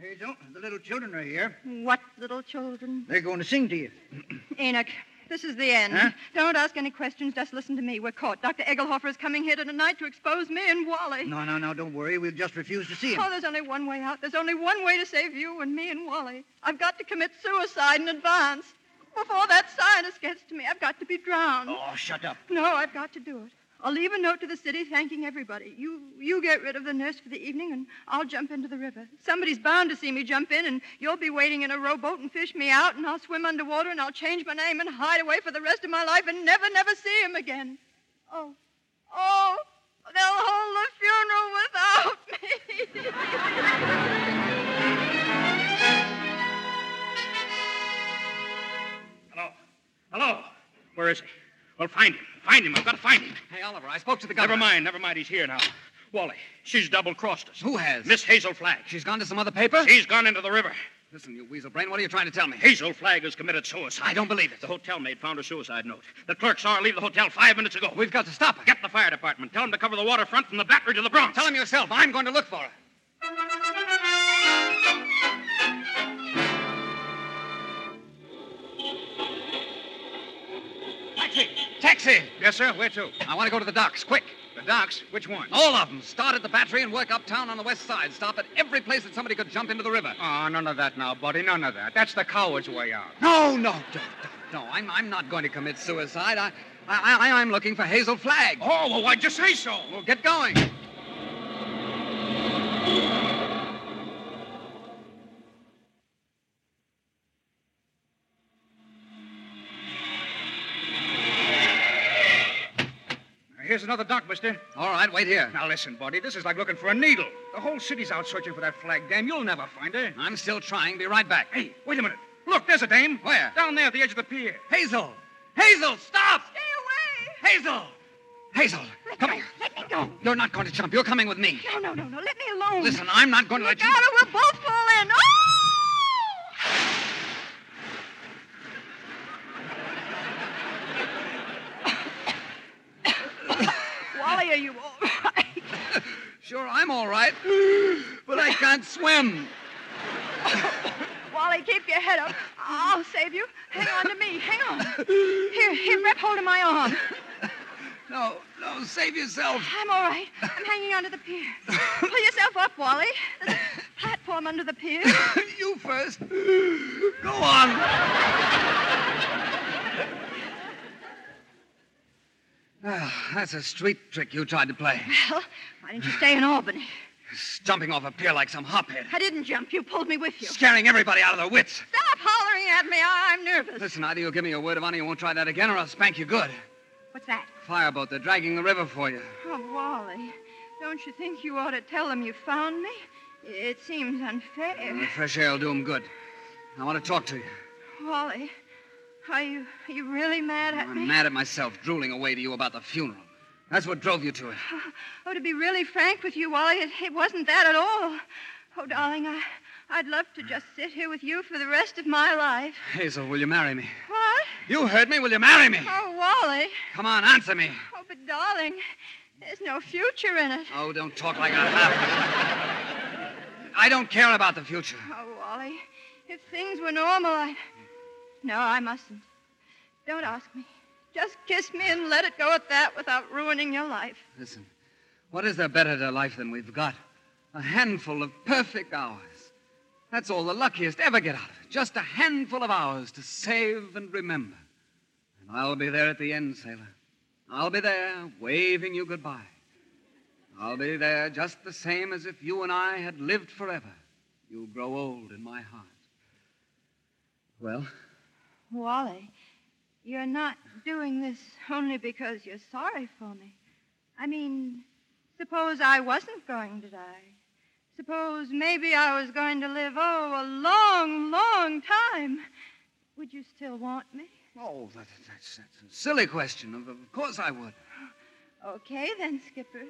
Hazel, the little children are here.
What little children?
They're going to sing to you.
Enoch, this is the end.
Huh?
Don't ask any questions. Just listen to me. We're caught. Dr. Egelhofer is coming here tonight to expose me and Wally.
No, no, no, don't worry. We'll just refuse to see him.
Oh, there's only one way out. There's only one way to save you and me and Wally. I've got to commit suicide in advance. Before that scientist gets to me, I've got to be drowned.
Oh, shut up.
No, I've got to do it. I'll leave a note to the city thanking everybody. You you get rid of the nurse for the evening, and I'll jump into the river. Somebody's bound to see me jump in, and you'll be waiting in a rowboat and fish me out, and I'll swim underwater, and I'll change my name and hide away for the rest of my life and never, never see him again. Oh, oh, they'll hold the funeral without me.
Hello. Hello. Where is he? Well, find him. Find him. I've got to find him.
Hey, Oliver, I spoke to the
Never mind. Never mind. He's here now. Wally, she's double crossed us.
Who has?
Miss Hazel Flagg.
She's gone to some other paper?
She's gone into the river.
Listen, you weasel brain, what are you trying to tell me?
Hazel Flagg has committed suicide.
I don't believe it.
The hotel maid found a suicide note. The clerk saw her leave the hotel five minutes ago.
We've got to stop her.
Get the fire department. Tell them to cover the waterfront from the Battery to the Bronx.
Tell him yourself. I'm going to look for her.
Taxi!
Taxi!
Yes, sir. Where to?
I want to go to the docks, quick.
The docks? Which one?
All of them. Start at the battery and work uptown on the west side. Stop at every place that somebody could jump into the river.
Oh, none of that now, buddy. None of that. That's the coward's way out.
No, no, don't, don't, no. I'm, I'm not going to commit suicide. I, I, I, I'm looking for Hazel Flagg.
Oh, well, why'd you say so?
Well, get going.
Here's another dock, mister.
All right, wait here.
Now, listen, buddy. This is like looking for a needle. The whole city's out searching for that flag dame. You'll never find her.
I'm still trying. Be right back.
Hey, wait a minute. Look, there's a dame.
Where?
Down there at the edge of the pier.
Hazel! Hazel, stop!
Stay away!
Hazel! Hazel, come here.
Let me go.
You're not going to jump. You're coming with me.
No, no, no, no. Let me alone.
Listen, I'm not going to
Look
let you.
out, or we'll both fall in. Oh! Oh! Wally, are you all right?
Sure, I'm all right, but I can't swim.
Wally, keep your head up. I'll save you. Hang on to me. Hang on. Here, here, grab hold of my arm.
No, no, save yourself.
I'm all right. I'm hanging onto the pier. Pull yourself up, Wally. There's a platform under the pier.
you first. Go on. Ah, that's a street trick you tried to play.
Well, why didn't you stay in Albany?
Jumping off a pier like some hophead.
I didn't jump. You pulled me with you.
Scaring everybody out of their wits.
Stop hollering at me. I- I'm nervous.
Listen, either you'll give me your word of honor you won't try that again, or I'll spank you good.
What's that?
Fireboat, they're dragging the river for you.
Oh, Wally, don't you think you ought to tell them you found me? It seems
And the
unfair.
fresh air will do 'em good. I want to talk to you.
Wally, are you are you really mad at me?
I'm mad at myself, drooling away to you about the funeral. That's what drove you to it.
Oh, to be really frank with you, Wally, it, it wasn't that at all. Oh, darling, I, I'd love to just sit here with you for the rest of my life.
Hazel, will you marry me?
What?
You heard me. Will you marry me?
Oh, Wally.
Come on, answer me.
Oh, but darling, there's no future in it.
Oh, don't talk like I have. I don't care about the future.
Oh, Wally, if things were normal, I'd. No, I mustn't. Don't ask me. Just kiss me and let it go at that without ruining your life.
Listen, what is there better to life than we've got? A handful of perfect hours. That's all the luckiest ever get out of it. Just a handful of hours to save and remember. And I'll be there at the end, sailor. I'll be there waving you goodbye. I'll be there just the same as if you and I had lived forever. You'll grow old in my heart. Well,
Wally, you're not doing this only because you're sorry for me. I mean, suppose I wasn't going to die. Suppose maybe I was going to live, oh, a long, long time. Would you still want me?
oh, that, that's, that's a silly question. Of, of course I would.
Okay, then, Skipper.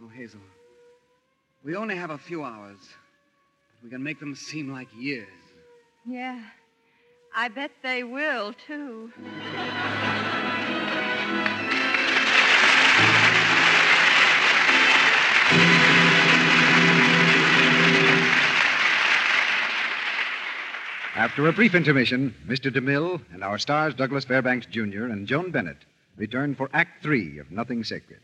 No, Hazel. We only have a few hours, but we can make them seem like years.
Yeah. I bet they will, too.
After a brief intermission, Mr. DeMille and our stars Douglas Fairbanks Jr. and Joan Bennett return for Act Three of Nothing Sacred.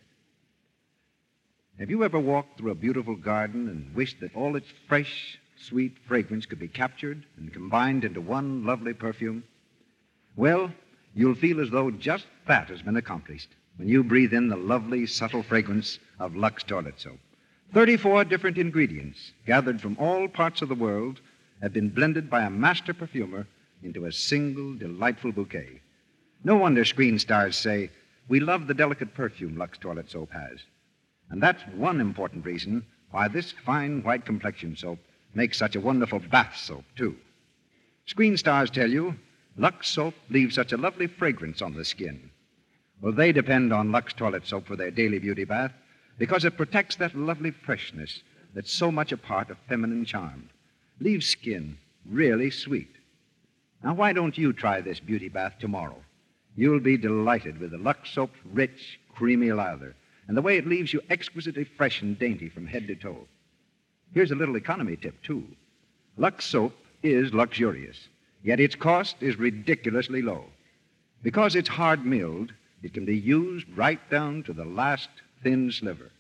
Have you ever walked through a beautiful garden and wished that all its fresh, sweet fragrance could be captured and combined into one lovely perfume? Well, you'll feel as though just that has been accomplished when you breathe in the lovely, subtle fragrance of Lux Toilet Soap. 34 different ingredients gathered from all parts of the world have been blended by a master perfumer into a single delightful bouquet. No wonder screen stars say, We love the delicate perfume Lux Toilet Soap has. And that's one important reason why this fine white complexion soap makes such a wonderful bath soap, too. Screen stars tell you Lux soap leaves such a lovely fragrance on the skin. Well, they depend on Lux Toilet Soap for their daily beauty bath because it protects that lovely freshness that's so much a part of feminine charm leaves skin really sweet. Now, why don't you try this beauty bath tomorrow? You'll be delighted with the Lux Soap's rich, creamy lather and the way it leaves you exquisitely fresh and dainty from head to toe. Here's a little economy tip, too Lux Soap is luxurious, yet its cost is ridiculously low. Because it's hard milled, it can be used right down to the last thin sliver.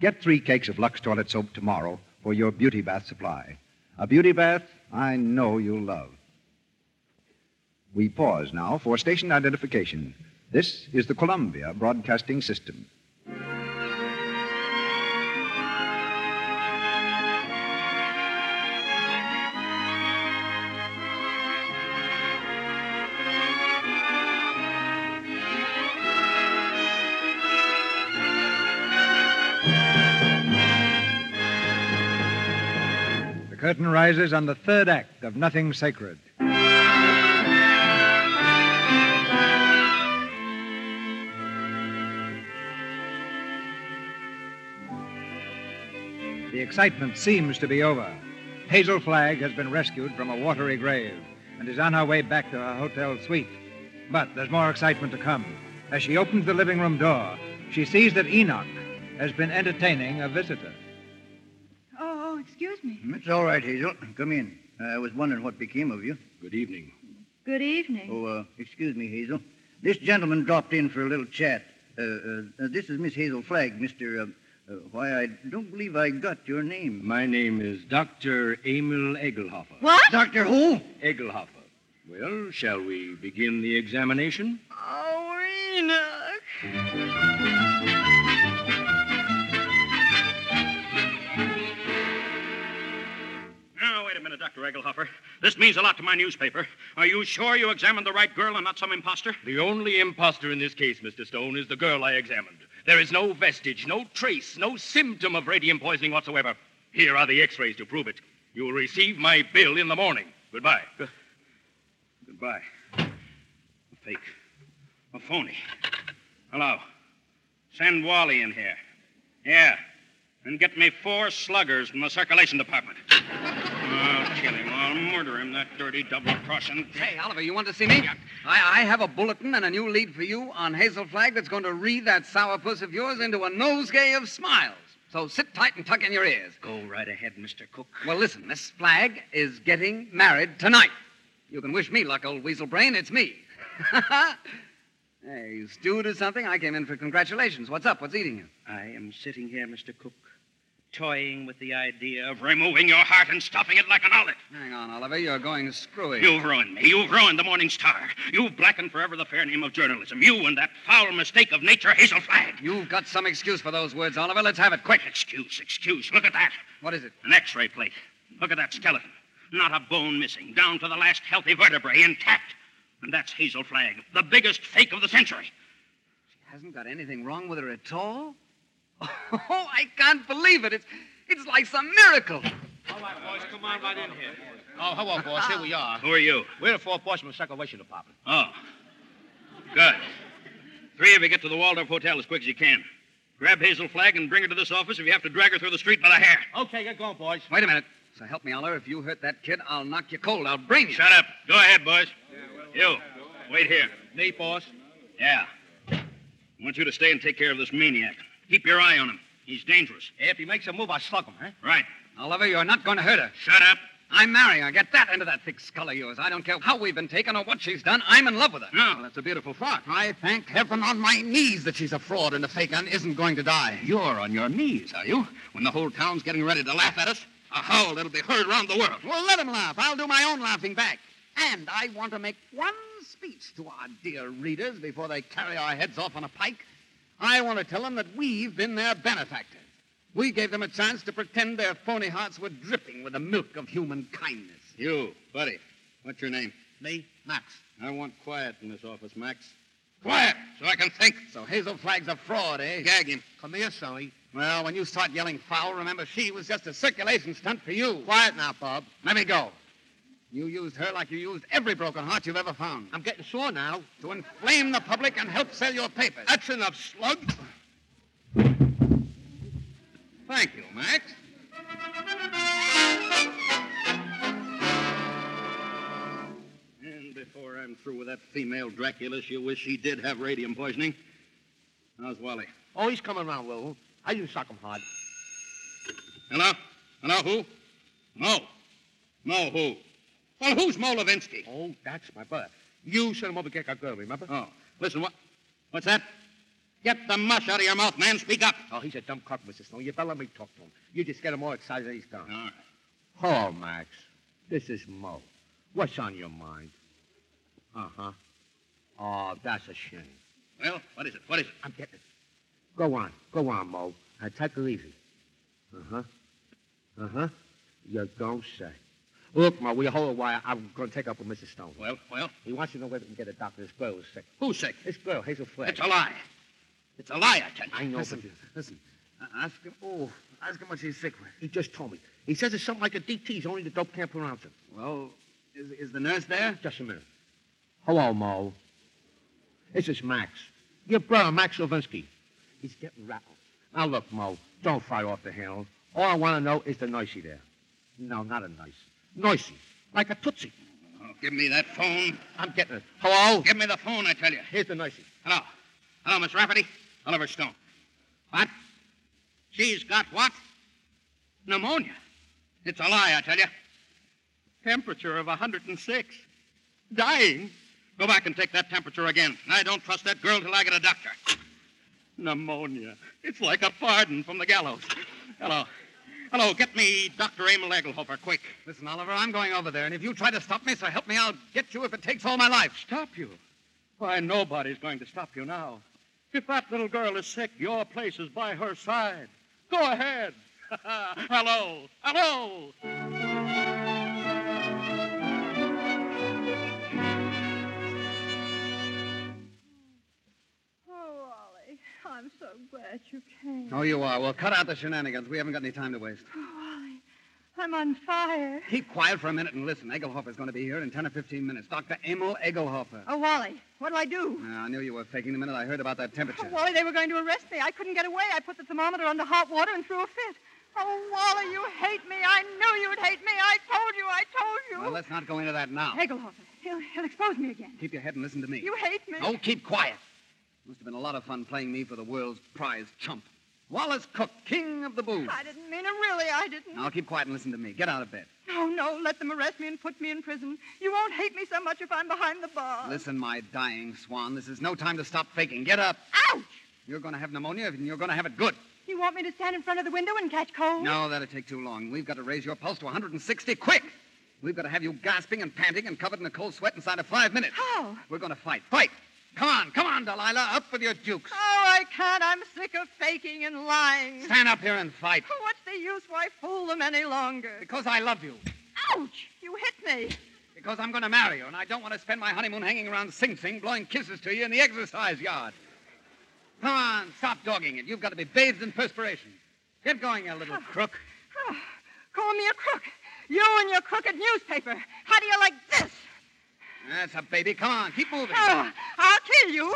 Get three cakes of Lux Toilet Soap tomorrow for your beauty bath supply. A beauty bath I know you'll love. We pause now for station identification. This is the Columbia Broadcasting System. The curtain rises on the third act of Nothing Sacred. The excitement seems to be over. Hazel Flagg has been rescued from a watery grave and is on her way back to her hotel suite. But there's more excitement to come. As she opens the living room door, she sees that Enoch has been entertaining a visitor.
Oh, oh, excuse me.
It's all right, Hazel. Come in. I was wondering what became of you. Good evening.
Good evening.
Oh, uh, excuse me, Hazel. This gentleman dropped in for a little chat. Uh, uh, uh, this is Miss Hazel Flagg, Mr. Uh, uh, why, I don't believe I got your name.
My name is Dr. Emil Egelhofer.
What?
Doctor who?
Egelhofer. Well, shall we begin the examination?
Oh, Enoch.
Now, wait a minute, Dr. Egelhofer. This means a lot to my newspaper. Are you sure you examined the right girl and not some imposter?
The only imposter in this case, Mr. Stone, is the girl I examined. There is no vestige, no trace, no symptom of radium poisoning whatsoever. Here are the x rays to prove it. You will receive my bill in the morning. Goodbye.
Goodbye. A fake. A phony. Hello. Send Wally in here. Yeah. And get me four sluggers from the circulation department. I'll kill him. I'll murder him, that dirty double crossing.
Hey, Oliver, you want to see me? I, I have a bulletin and a new lead for you on Hazel Flagg that's going to wreathe that sourpuss of yours into a nosegay of smiles. So sit tight and tuck in your ears.
Go right ahead, Mr. Cook.
Well, listen, Miss Flagg is getting married tonight. You can wish me luck, old weasel brain. It's me. hey, you stewed or something? I came in for congratulations. What's up? What's eating you?
I am sitting here, Mr. Cook,
toying with the idea of removing your heart and stuffing it like an olive.
Hang on, Oliver. You're going screwy.
You've ruined me. You've ruined the Morning Star. You've blackened forever the fair name of journalism. You and that foul mistake of nature, Hazel Flagg.
You've got some excuse for those words, Oliver. Let's have it quick.
Excuse, excuse. Look at that.
What is it?
An x ray plate. Look at that skeleton. Not a bone missing, down to the last healthy vertebrae, intact. And that's Hazel Flagg, the biggest fake of the century.
Hasn't got anything wrong with her at all? Oh, I can't believe it. It's, it's like some miracle.
All right, boys, come on right in here. Oh, hello, boss. Here we are.
Who are you?
We're the Fort Portsmouth Circulation Department.
Oh. Good. Three of you get to the Waldorf Hotel as quick as you can. Grab Hazel Flagg and bring her to this office if you have to drag her through the street by the hair.
Okay, get going, boys.
Wait a minute. So help me, Oliver. If you hurt that kid, I'll knock you cold. I'll brain you.
Shut up. Go ahead, boys. You, wait here.
Me, boss?
Yeah. I want you to stay and take care of this maniac. Keep your eye on him. He's dangerous.
If he makes a move, I slug him, huh?
Right.
Oliver, you're not going to hurt her.
Shut up.
I'm marrying her. Get that into that thick skull of yours. I don't care how we've been taken or what she's done. I'm in love with her.
No.
Well, that's a beautiful thought.
I thank heaven on my knees that she's a fraud and a fake and isn't going to die.
You're on your knees, are you?
When the whole town's getting ready to laugh at us, a howl that'll be heard around the world.
Well, let 'em laugh. I'll do my own laughing back.
And I want to make one speech to our dear readers before they carry our heads off on a pike. I want to tell them that we've been their benefactors. We gave them a chance to pretend their phony hearts were dripping with the milk of human kindness.
You, buddy. What's your name?
Me, Max.
I want quiet in this office, Max.
Quiet, so I can think.
So Hazel Flagg's a fraud, eh?
Gag him. Come here, Sonny. Well, when you start yelling foul, remember she was just a circulation stunt for you.
Quiet now, Bob.
Let me go. You used her like you used every broken heart you've ever found.
I'm getting sore now.
To inflame the public and help sell your papers.
That's enough, slug.
Thank you, Max.
And before I'm through with that female Dracula, she'll wish she did have radium poisoning. How's Wally?
Oh, he's coming around, Will. I used to sock him hard.
Hello? Hello, who? No. No, who? Well, who's Mo Levinsky?
Oh, that's my brother. You sent him over to get our girl, remember?
Oh, listen, what? What's that? Get the mush out of your mouth, man. Speak up.
Oh, he's a dumb cop, Mr. Snow. You better let me talk to him. You just get him all excited that he's gone.
All right.
Hello, Max. This is Mo. What's on your mind? Uh-huh. Oh, that's a shame.
Well, what is it? What is it?
I'm getting it. Go on. Go on, Mo. I take it easy. Uh-huh. Uh-huh. You don't say. Look, Ma, we hold a wire. I'm going to take up with Mrs. Stone.
Well, well?
He wants to know whether we can get a doctor. This girl is sick.
Who's sick?
This girl, Hazel Flagg.
It's a lie. It's a lie, I tell you.
I know,
Listen,
but
listen. Uh, ask him. Oh, ask him what she's sick with.
he just told me. He says it's something like a DT's, only the dope can't pronounce it.
Well, is, is the nurse there?
Just a minute. Hello, Mo. This is Max. Your brother, Max Levinsky. He's getting rattled. Now, look, Mo, don't fire off the handle. All I want to know is the noisy there. No, not a noisy. Noisy. Like a tootsie.
Oh, give me that phone.
I'm getting it. Hello?
Give me the phone, I tell you.
Here's the noisy.
Hello. Hello, Miss Rafferty. Oliver Stone. What? She's got what? Pneumonia. It's a lie, I tell you. Temperature of 106. Dying. Go back and take that temperature again. I don't trust that girl till I get a doctor. Pneumonia. It's like a pardon from the gallows. Hello. Hello, get me Dr. Emil Egelhofer, quick.
Listen, Oliver, I'm going over there, and if you try to stop me, so help me, I'll get you if it takes all my life.
Stop you? Why, nobody's going to stop you now. If that little girl is sick, your place is by her side. Go ahead. hello. Hello.
Oh, Ollie, I'm so glad you came.
Oh, you are. Well, cut out the shenanigans. We haven't got any time to waste.
Oh, Ollie, I'm on fire.
Keep quiet for a minute and listen. Egelhofer's going to be here in 10 or 15 minutes. Dr. Emil Egelhofer.
Oh, Wally, what'll I do?
Now, I knew you were faking the minute I heard about that
Oh,
temperature.
Wally, they were going to arrest me. I couldn't get away. I put the thermometer under hot water and threw a fit. Oh, Wally, you hate me. I knew you'd hate me. I told you. I told you.
Well, let's not go into that now.
Hegelhofer, he'll, he'll expose me again.
Keep your head and listen to me.
You hate me.
Oh, keep quiet. Must have been a lot of fun playing me for the world's prize chump. Wallace Cook, king of the booze.
I didn't mean it, really. I didn't.
Now, keep quiet and listen to me. Get out of bed.
No, Oh, no, let them arrest me and put me in prison. You won't hate me so much if I'm behind the bar.
Listen, my dying swan, this is no time to stop faking. Get up.
Ouch!
You're going to have pneumonia, and you're going to have it good.
You want me to stand in front of the window and catch cold?
No, that'll take too long. We've got to raise your pulse to 160 quick. We've got to have you gasping and panting and covered in a cold sweat inside of five minutes.
How?
We're going to fight. Fight! Come on, come on, Delilah. Up with your dukes.
Oh, I can't. I'm sick of faking and lying.
Stand up here and fight.
Oh, what's the use? Why fool them any longer?
Because I love you.
Ouch! You hit me.
Because I'm going to marry you, and I don't want to spend my honeymoon hanging around Sing Sing blowing kisses to you in the exercise yard. Come on, stop dogging it. You've got to be bathed in perspiration. Get going, you little crook.
Oh, call me a crook. You and your crooked newspaper. How do you like this?
That's a baby. Come on, keep moving.
Oh, I'll kill you.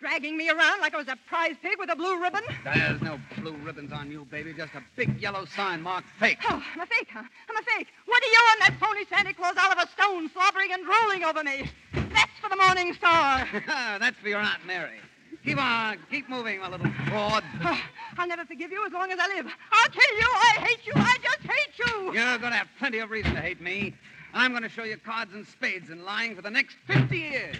Dragging me around like I was a prize pig with a blue ribbon.
There's no blue ribbons on you, baby. Just a big yellow sign marked fake.
Oh, I'm a fake, huh? I'm a fake. What are you and that phony Santa Claus Oliver Stone slobbering and drooling over me? That's for the Morning Star.
That's for your Aunt Mary. Keep on, keep moving, my little fraud.
Oh, I'll never forgive you as long as I live. I'll kill you. I hate you. I just hate you.
You're going to have plenty of reason to hate me. I'm going to show you cards and spades and lying for the next 50 years.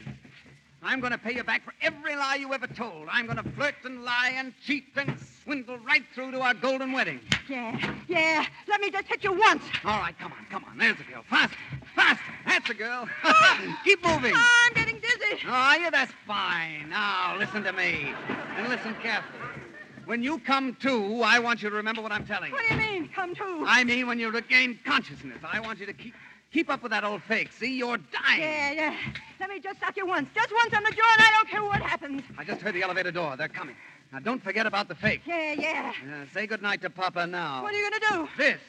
I'm going to pay you back for every lie you ever told. I'm going to flirt and lie and cheat and swindle right through to our golden wedding.
Yeah, yeah. Let me just hit you once.
All right, come on, come on. There's the girl. Faster, faster. That's the girl. Keep moving.
Ah! I'm getting dizzy.
Oh, yeah, that's fine. Now, listen to me. And listen carefully. When you come to, I want you to remember what I'm telling you.
What do you mean, come to?
I mean, when you regain consciousness, I want you to keep keep up with that old fake. See, you're dying.
Yeah, yeah. Let me just suck you once. Just once on the jaw, and I don't care what happens.
I just heard the elevator door. They're coming. Now, don't forget about the fake.
Yeah, yeah.
Uh, say goodnight to Papa now.
What are you going to do?
This.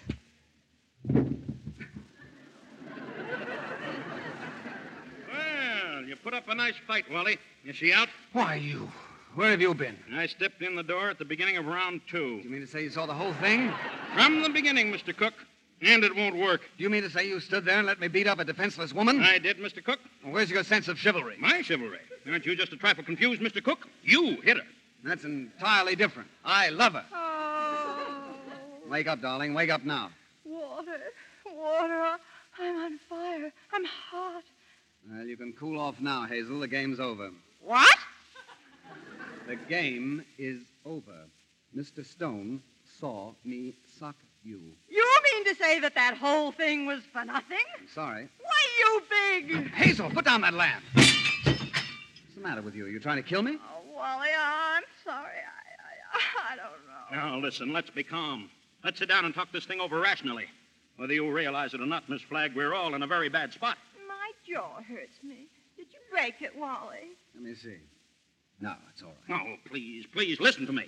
Well, you put up a nice fight, Wally. Is she out?
Why, you. Where have you been?
I stepped in the door at the beginning of round two.
You mean to say you saw the whole thing?
From the beginning, Mr. Cook. And it won't work.
Do you mean to say you stood there and let me beat up a defenseless woman?
I did, Mr. Cook.
Well, where's your sense of chivalry?
My chivalry? Aren't you just a trifle confused, Mr. Cook? You hit her.
That's entirely different. I love her.
Oh,
Wake up, darling. Wake up now.
water, water. I'm on fire. I'm hot.
Well, you can cool off now, Hazel. The game's over.
What?
The game is over. Mr. Stone saw me sock you.
You mean to say that that whole thing was for nothing?
I'm sorry.
Why, you big.
Hazel, put down that lamp. What's the matter with you? Are you trying to kill me?
Oh, Wally, I'm sorry. I, I, I don't know.
Now, listen, let's be calm. Let's sit down and talk this thing over rationally. Whether you realize it or not, Miss Flagg, we're all in a very bad spot.
My jaw hurts me. Did you break it, Wally?
Let me see. No, it's all right.
No, Oh, please, please, listen to me.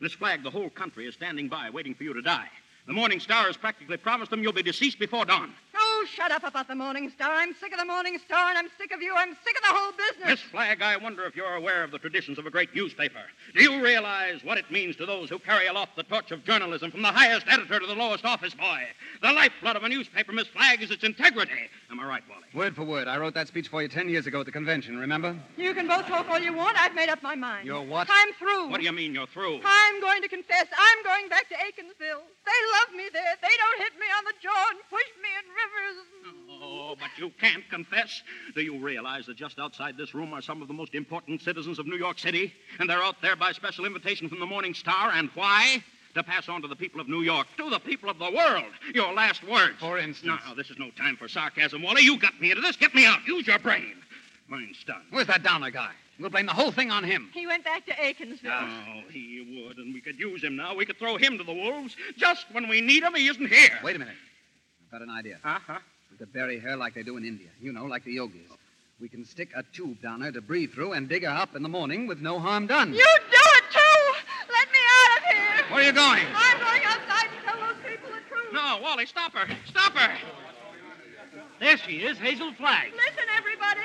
Miss Flagg, the whole country is standing by waiting for you to die. The Morning Star has practically promised them you'll be deceased before dawn.
Oh, shut up about the Morning Star. I'm sick of the Morning Star, and I'm sick of you. I'm sick of the whole
Miss
business.
Flagg, I wonder if you're aware of the traditions of a great newspaper. Do you realize what it means to those who carry aloft the torch of journalism from the highest editor to the lowest office boy? The lifeblood of a newspaper, Miss Flagg, is its integrity. Am I right, Wally?
Word for word, I wrote that speech for you ten years ago at the convention, remember?
You can both talk all you want. I've made up my mind.
You're what?
I'm through.
What do you mean you're through?
I'm going to confess. I'm going back to Aikensville. They love me there. They don't hit me on the jaw and push me in rivers.
Oh, but you can't confess. Do you realize that just outside this room are some of the most important citizens of New York City? And they're out there by special invitation from the Morning Star. And why? To pass on to the people of New York, to the people of the world, your last words. For instance. Now, this is no time for sarcasm, Wally. You got me into this. Get me out. Use your brain. Mine's done.
Where's that downer guy? We'll blame the whole thing on him.
He went back to Aikensville.
Oh, he would, and we could use him now. We could throw him to the wolves. Just when we need him, he isn't here.
Wait a minute. I've got an idea.
Uh huh.
We could bury her like they do in India, you know, like the yogis. We can stick a tube down her to breathe through and dig her up in the morning with no harm done.
You do it too. Oh, Let me out of here.
Where are you going?
I'm going outside to tell those people the truth.
No, Wally, stop her. Stop her. There she is, Hazel Flagg.
Listen, everybody.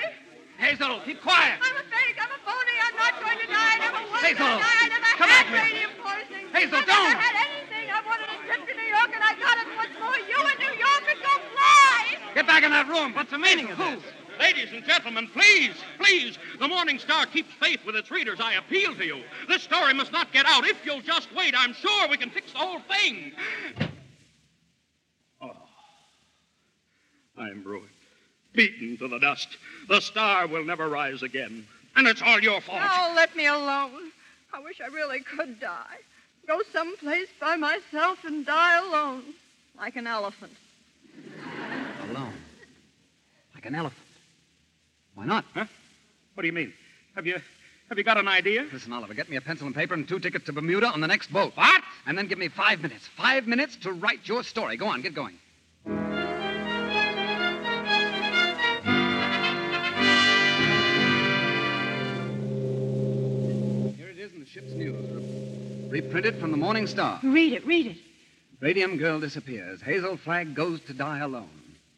Hazel, keep quiet.
I'm a fake. I'm a phony. I'm not going to die. I never was
Hazel,
going to die. I never
come
had
out here.
radium poisoning.
Hazel,
I
don't.
never had anything. I wanted a trip to New York, and I got it. What's more, you and New York could go fly.
Get back in that room. What's the meaning of this?
Ladies and gentlemen, please, please, the Morning Star keeps faith with its readers. I appeal to you. This story must not get out. If you'll just wait, I'm sure we can fix the whole thing. Oh, I'm ruined, beaten to the dust. The star will never rise again, and it's all your fault.
Oh, let me alone. I wish I really could die. go someplace by myself and die alone, like an elephant.
Alone. Like an elephant. Why not? Huh?
What do you mean? Have you have you got an idea?
Listen, Oliver, get me a pencil and paper and two tickets to Bermuda on the next boat. What? And then give me five minutes. Five minutes to write your story. Go on, get going. Here it is in the ship's news. Reprinted from the Morning Star.
Read it, read it.
Radium Girl disappears. Hazel Flag goes to die alone.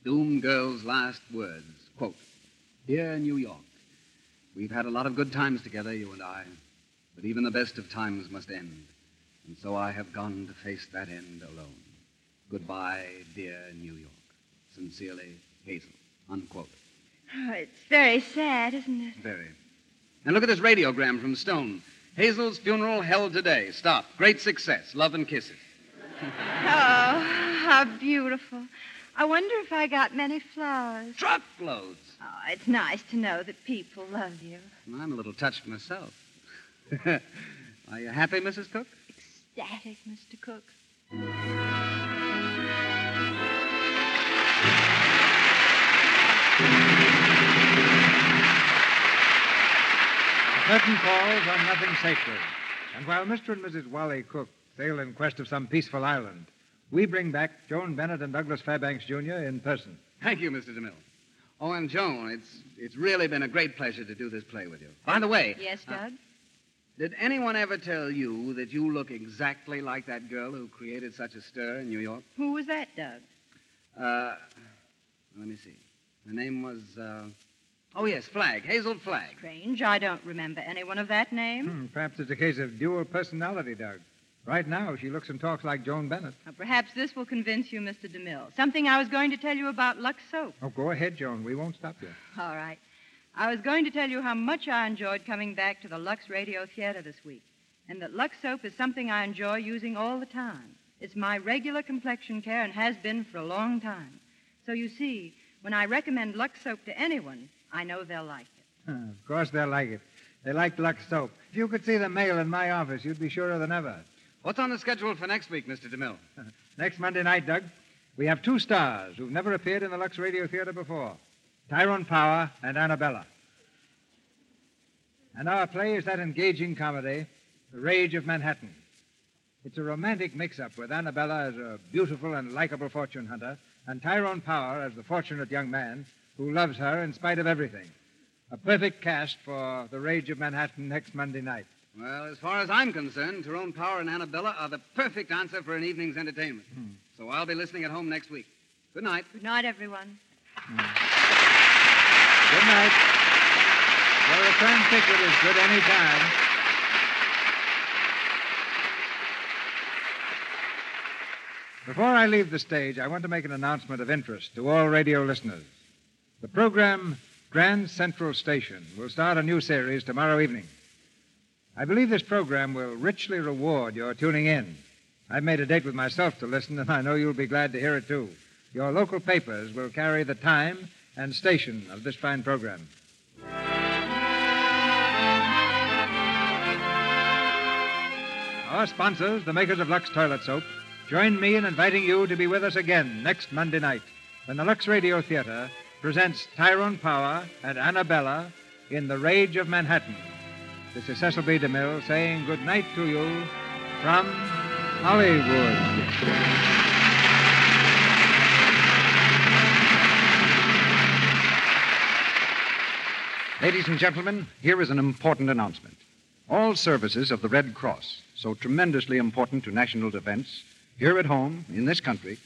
Doom Girl's last words. Quote, Dear New York, we've had a lot of good times together, you and I, but even the best of times must end. And so I have gone to face that end alone. Goodbye, dear New York. Sincerely, Hazel. Unquote.
Oh, it's very sad, isn't it?
Very. And look at this radiogram from Stone. Hazel's funeral held today. Stop. Great success. Love and kisses.
Oh, how beautiful. I wonder if I got many flowers.
Truckloads.
Oh, it's nice to know that people love you.
And I'm a little touched myself. Are you happy, Mrs. Cook?
Static, Mr. Cook.
The curtain falls on nothing sacred. And while Mr. and Mrs. Wally Cook sail in quest of some peaceful island, we bring back Joan Bennett and Douglas Fairbanks, Jr. in person.
Thank you, Mr. DeMille. Oh, and Joan, it's, it's really been a great pleasure to do this play with you. By the way, Uh,
Yes, Doug?
did anyone ever tell you that you look exactly like that girl who created such a stir in New York?
Who was that, Doug?
Uh, let me see. Her name was, uh, oh, yes, Flag, Hazel Flag.
Strange. I don't remember anyone of that name.
Hmm, perhaps it's a case of dual personality, Doug. Right now, she looks and talks like Joan Bennett.
Now, perhaps this will convince you, Mr. DeMille. Something I was going to tell you about Lux Soap.
Oh, go ahead, Joan. We won't stop you.
All right. I was going to tell you how much I enjoyed coming back to the Lux Radio Theater this week, and that Lux Soap is something I enjoy using all the time. It's my regular complexion care and has been for a long time. So you see, when I recommend Lux Soap to anyone, I know they'll like it.
of course, they'll like it. They like Lux soap. If you could see the mail in my office, you'd be surer than ever.
What's on the schedule for next week, Mr. DeMille?
Next Monday night, Doug, we have two stars who've never appeared in the Lux Radio Theater before Tyrone Power and Annabella. And our play is that engaging comedy, The Rage of Manhattan. It's a romantic mix up with Annabella as a beautiful and likable fortune hunter, and Tyrone Power as the fortunate young man who loves her in spite of everything. A perfect cast for The Rage of Manhattan next Monday night.
Well, as far as I'm concerned, Tyrone Power and Annabella are the perfect answer for an evening's entertainment. So I'll be listening at home next week. Good night.
Good night, everyone.
Good night. Your return ticket is good any time. Before I leave the stage, I want to make an announcement of interest to all radio listeners. The program Grand Central Station will start a new series tomorrow evening. I believe this program will richly reward your tuning in. I've made a date with myself to listen, and I know you'll be glad to hear it too. Your local papers will carry the time and station of this fine program. Our sponsors, the makers of Lux Toilet Soap, join me in inviting you to be with us again next Monday night when the Lux Radio Theater presents Tyrone Power and Annabella in The Rage of Manhattan. This is Cecil B. DeMille saying good night to you from Hollywood.
Ladies and gentlemen, here is an important announcement. All services of the Red Cross, so tremendously important to national defense, here at home, in this country,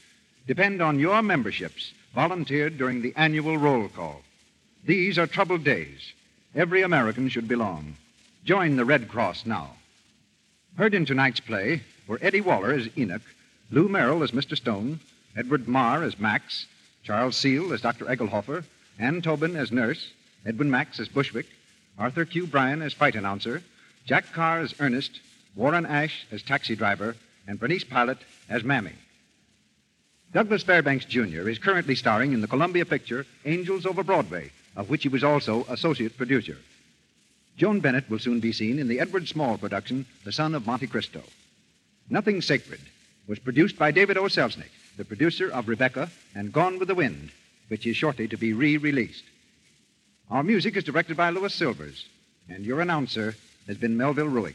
depend on your memberships volunteered during the annual roll call. These are troubled days. Every American should belong. Join the Red Cross now. Heard in tonight's play were Eddie Waller as Enoch, Lou Merrill as Mr. Stone, Edward Marr as Max, Charles Seal as Dr. Egelhofer, Ann Tobin as nurse, Edwin Max as Bushwick, Arthur Q. Bryan as fight announcer, Jack Carr as Ernest, Warren Ash as taxi driver, and Bernice Pilot as Mammy. Douglas Fairbanks, Jr. is currently starring in the Columbia picture Angels Over Broadway, of which he was also associate producer. Joan Bennett will soon be seen in the Edward Small production, The Son of Monte Cristo. Nothing Sacred was produced by David O. Selznick, the producer of Rebecca and Gone with the Wind, which is shortly to be re released. Our music is directed by Louis Silvers, and your announcer has been Melville Ruick.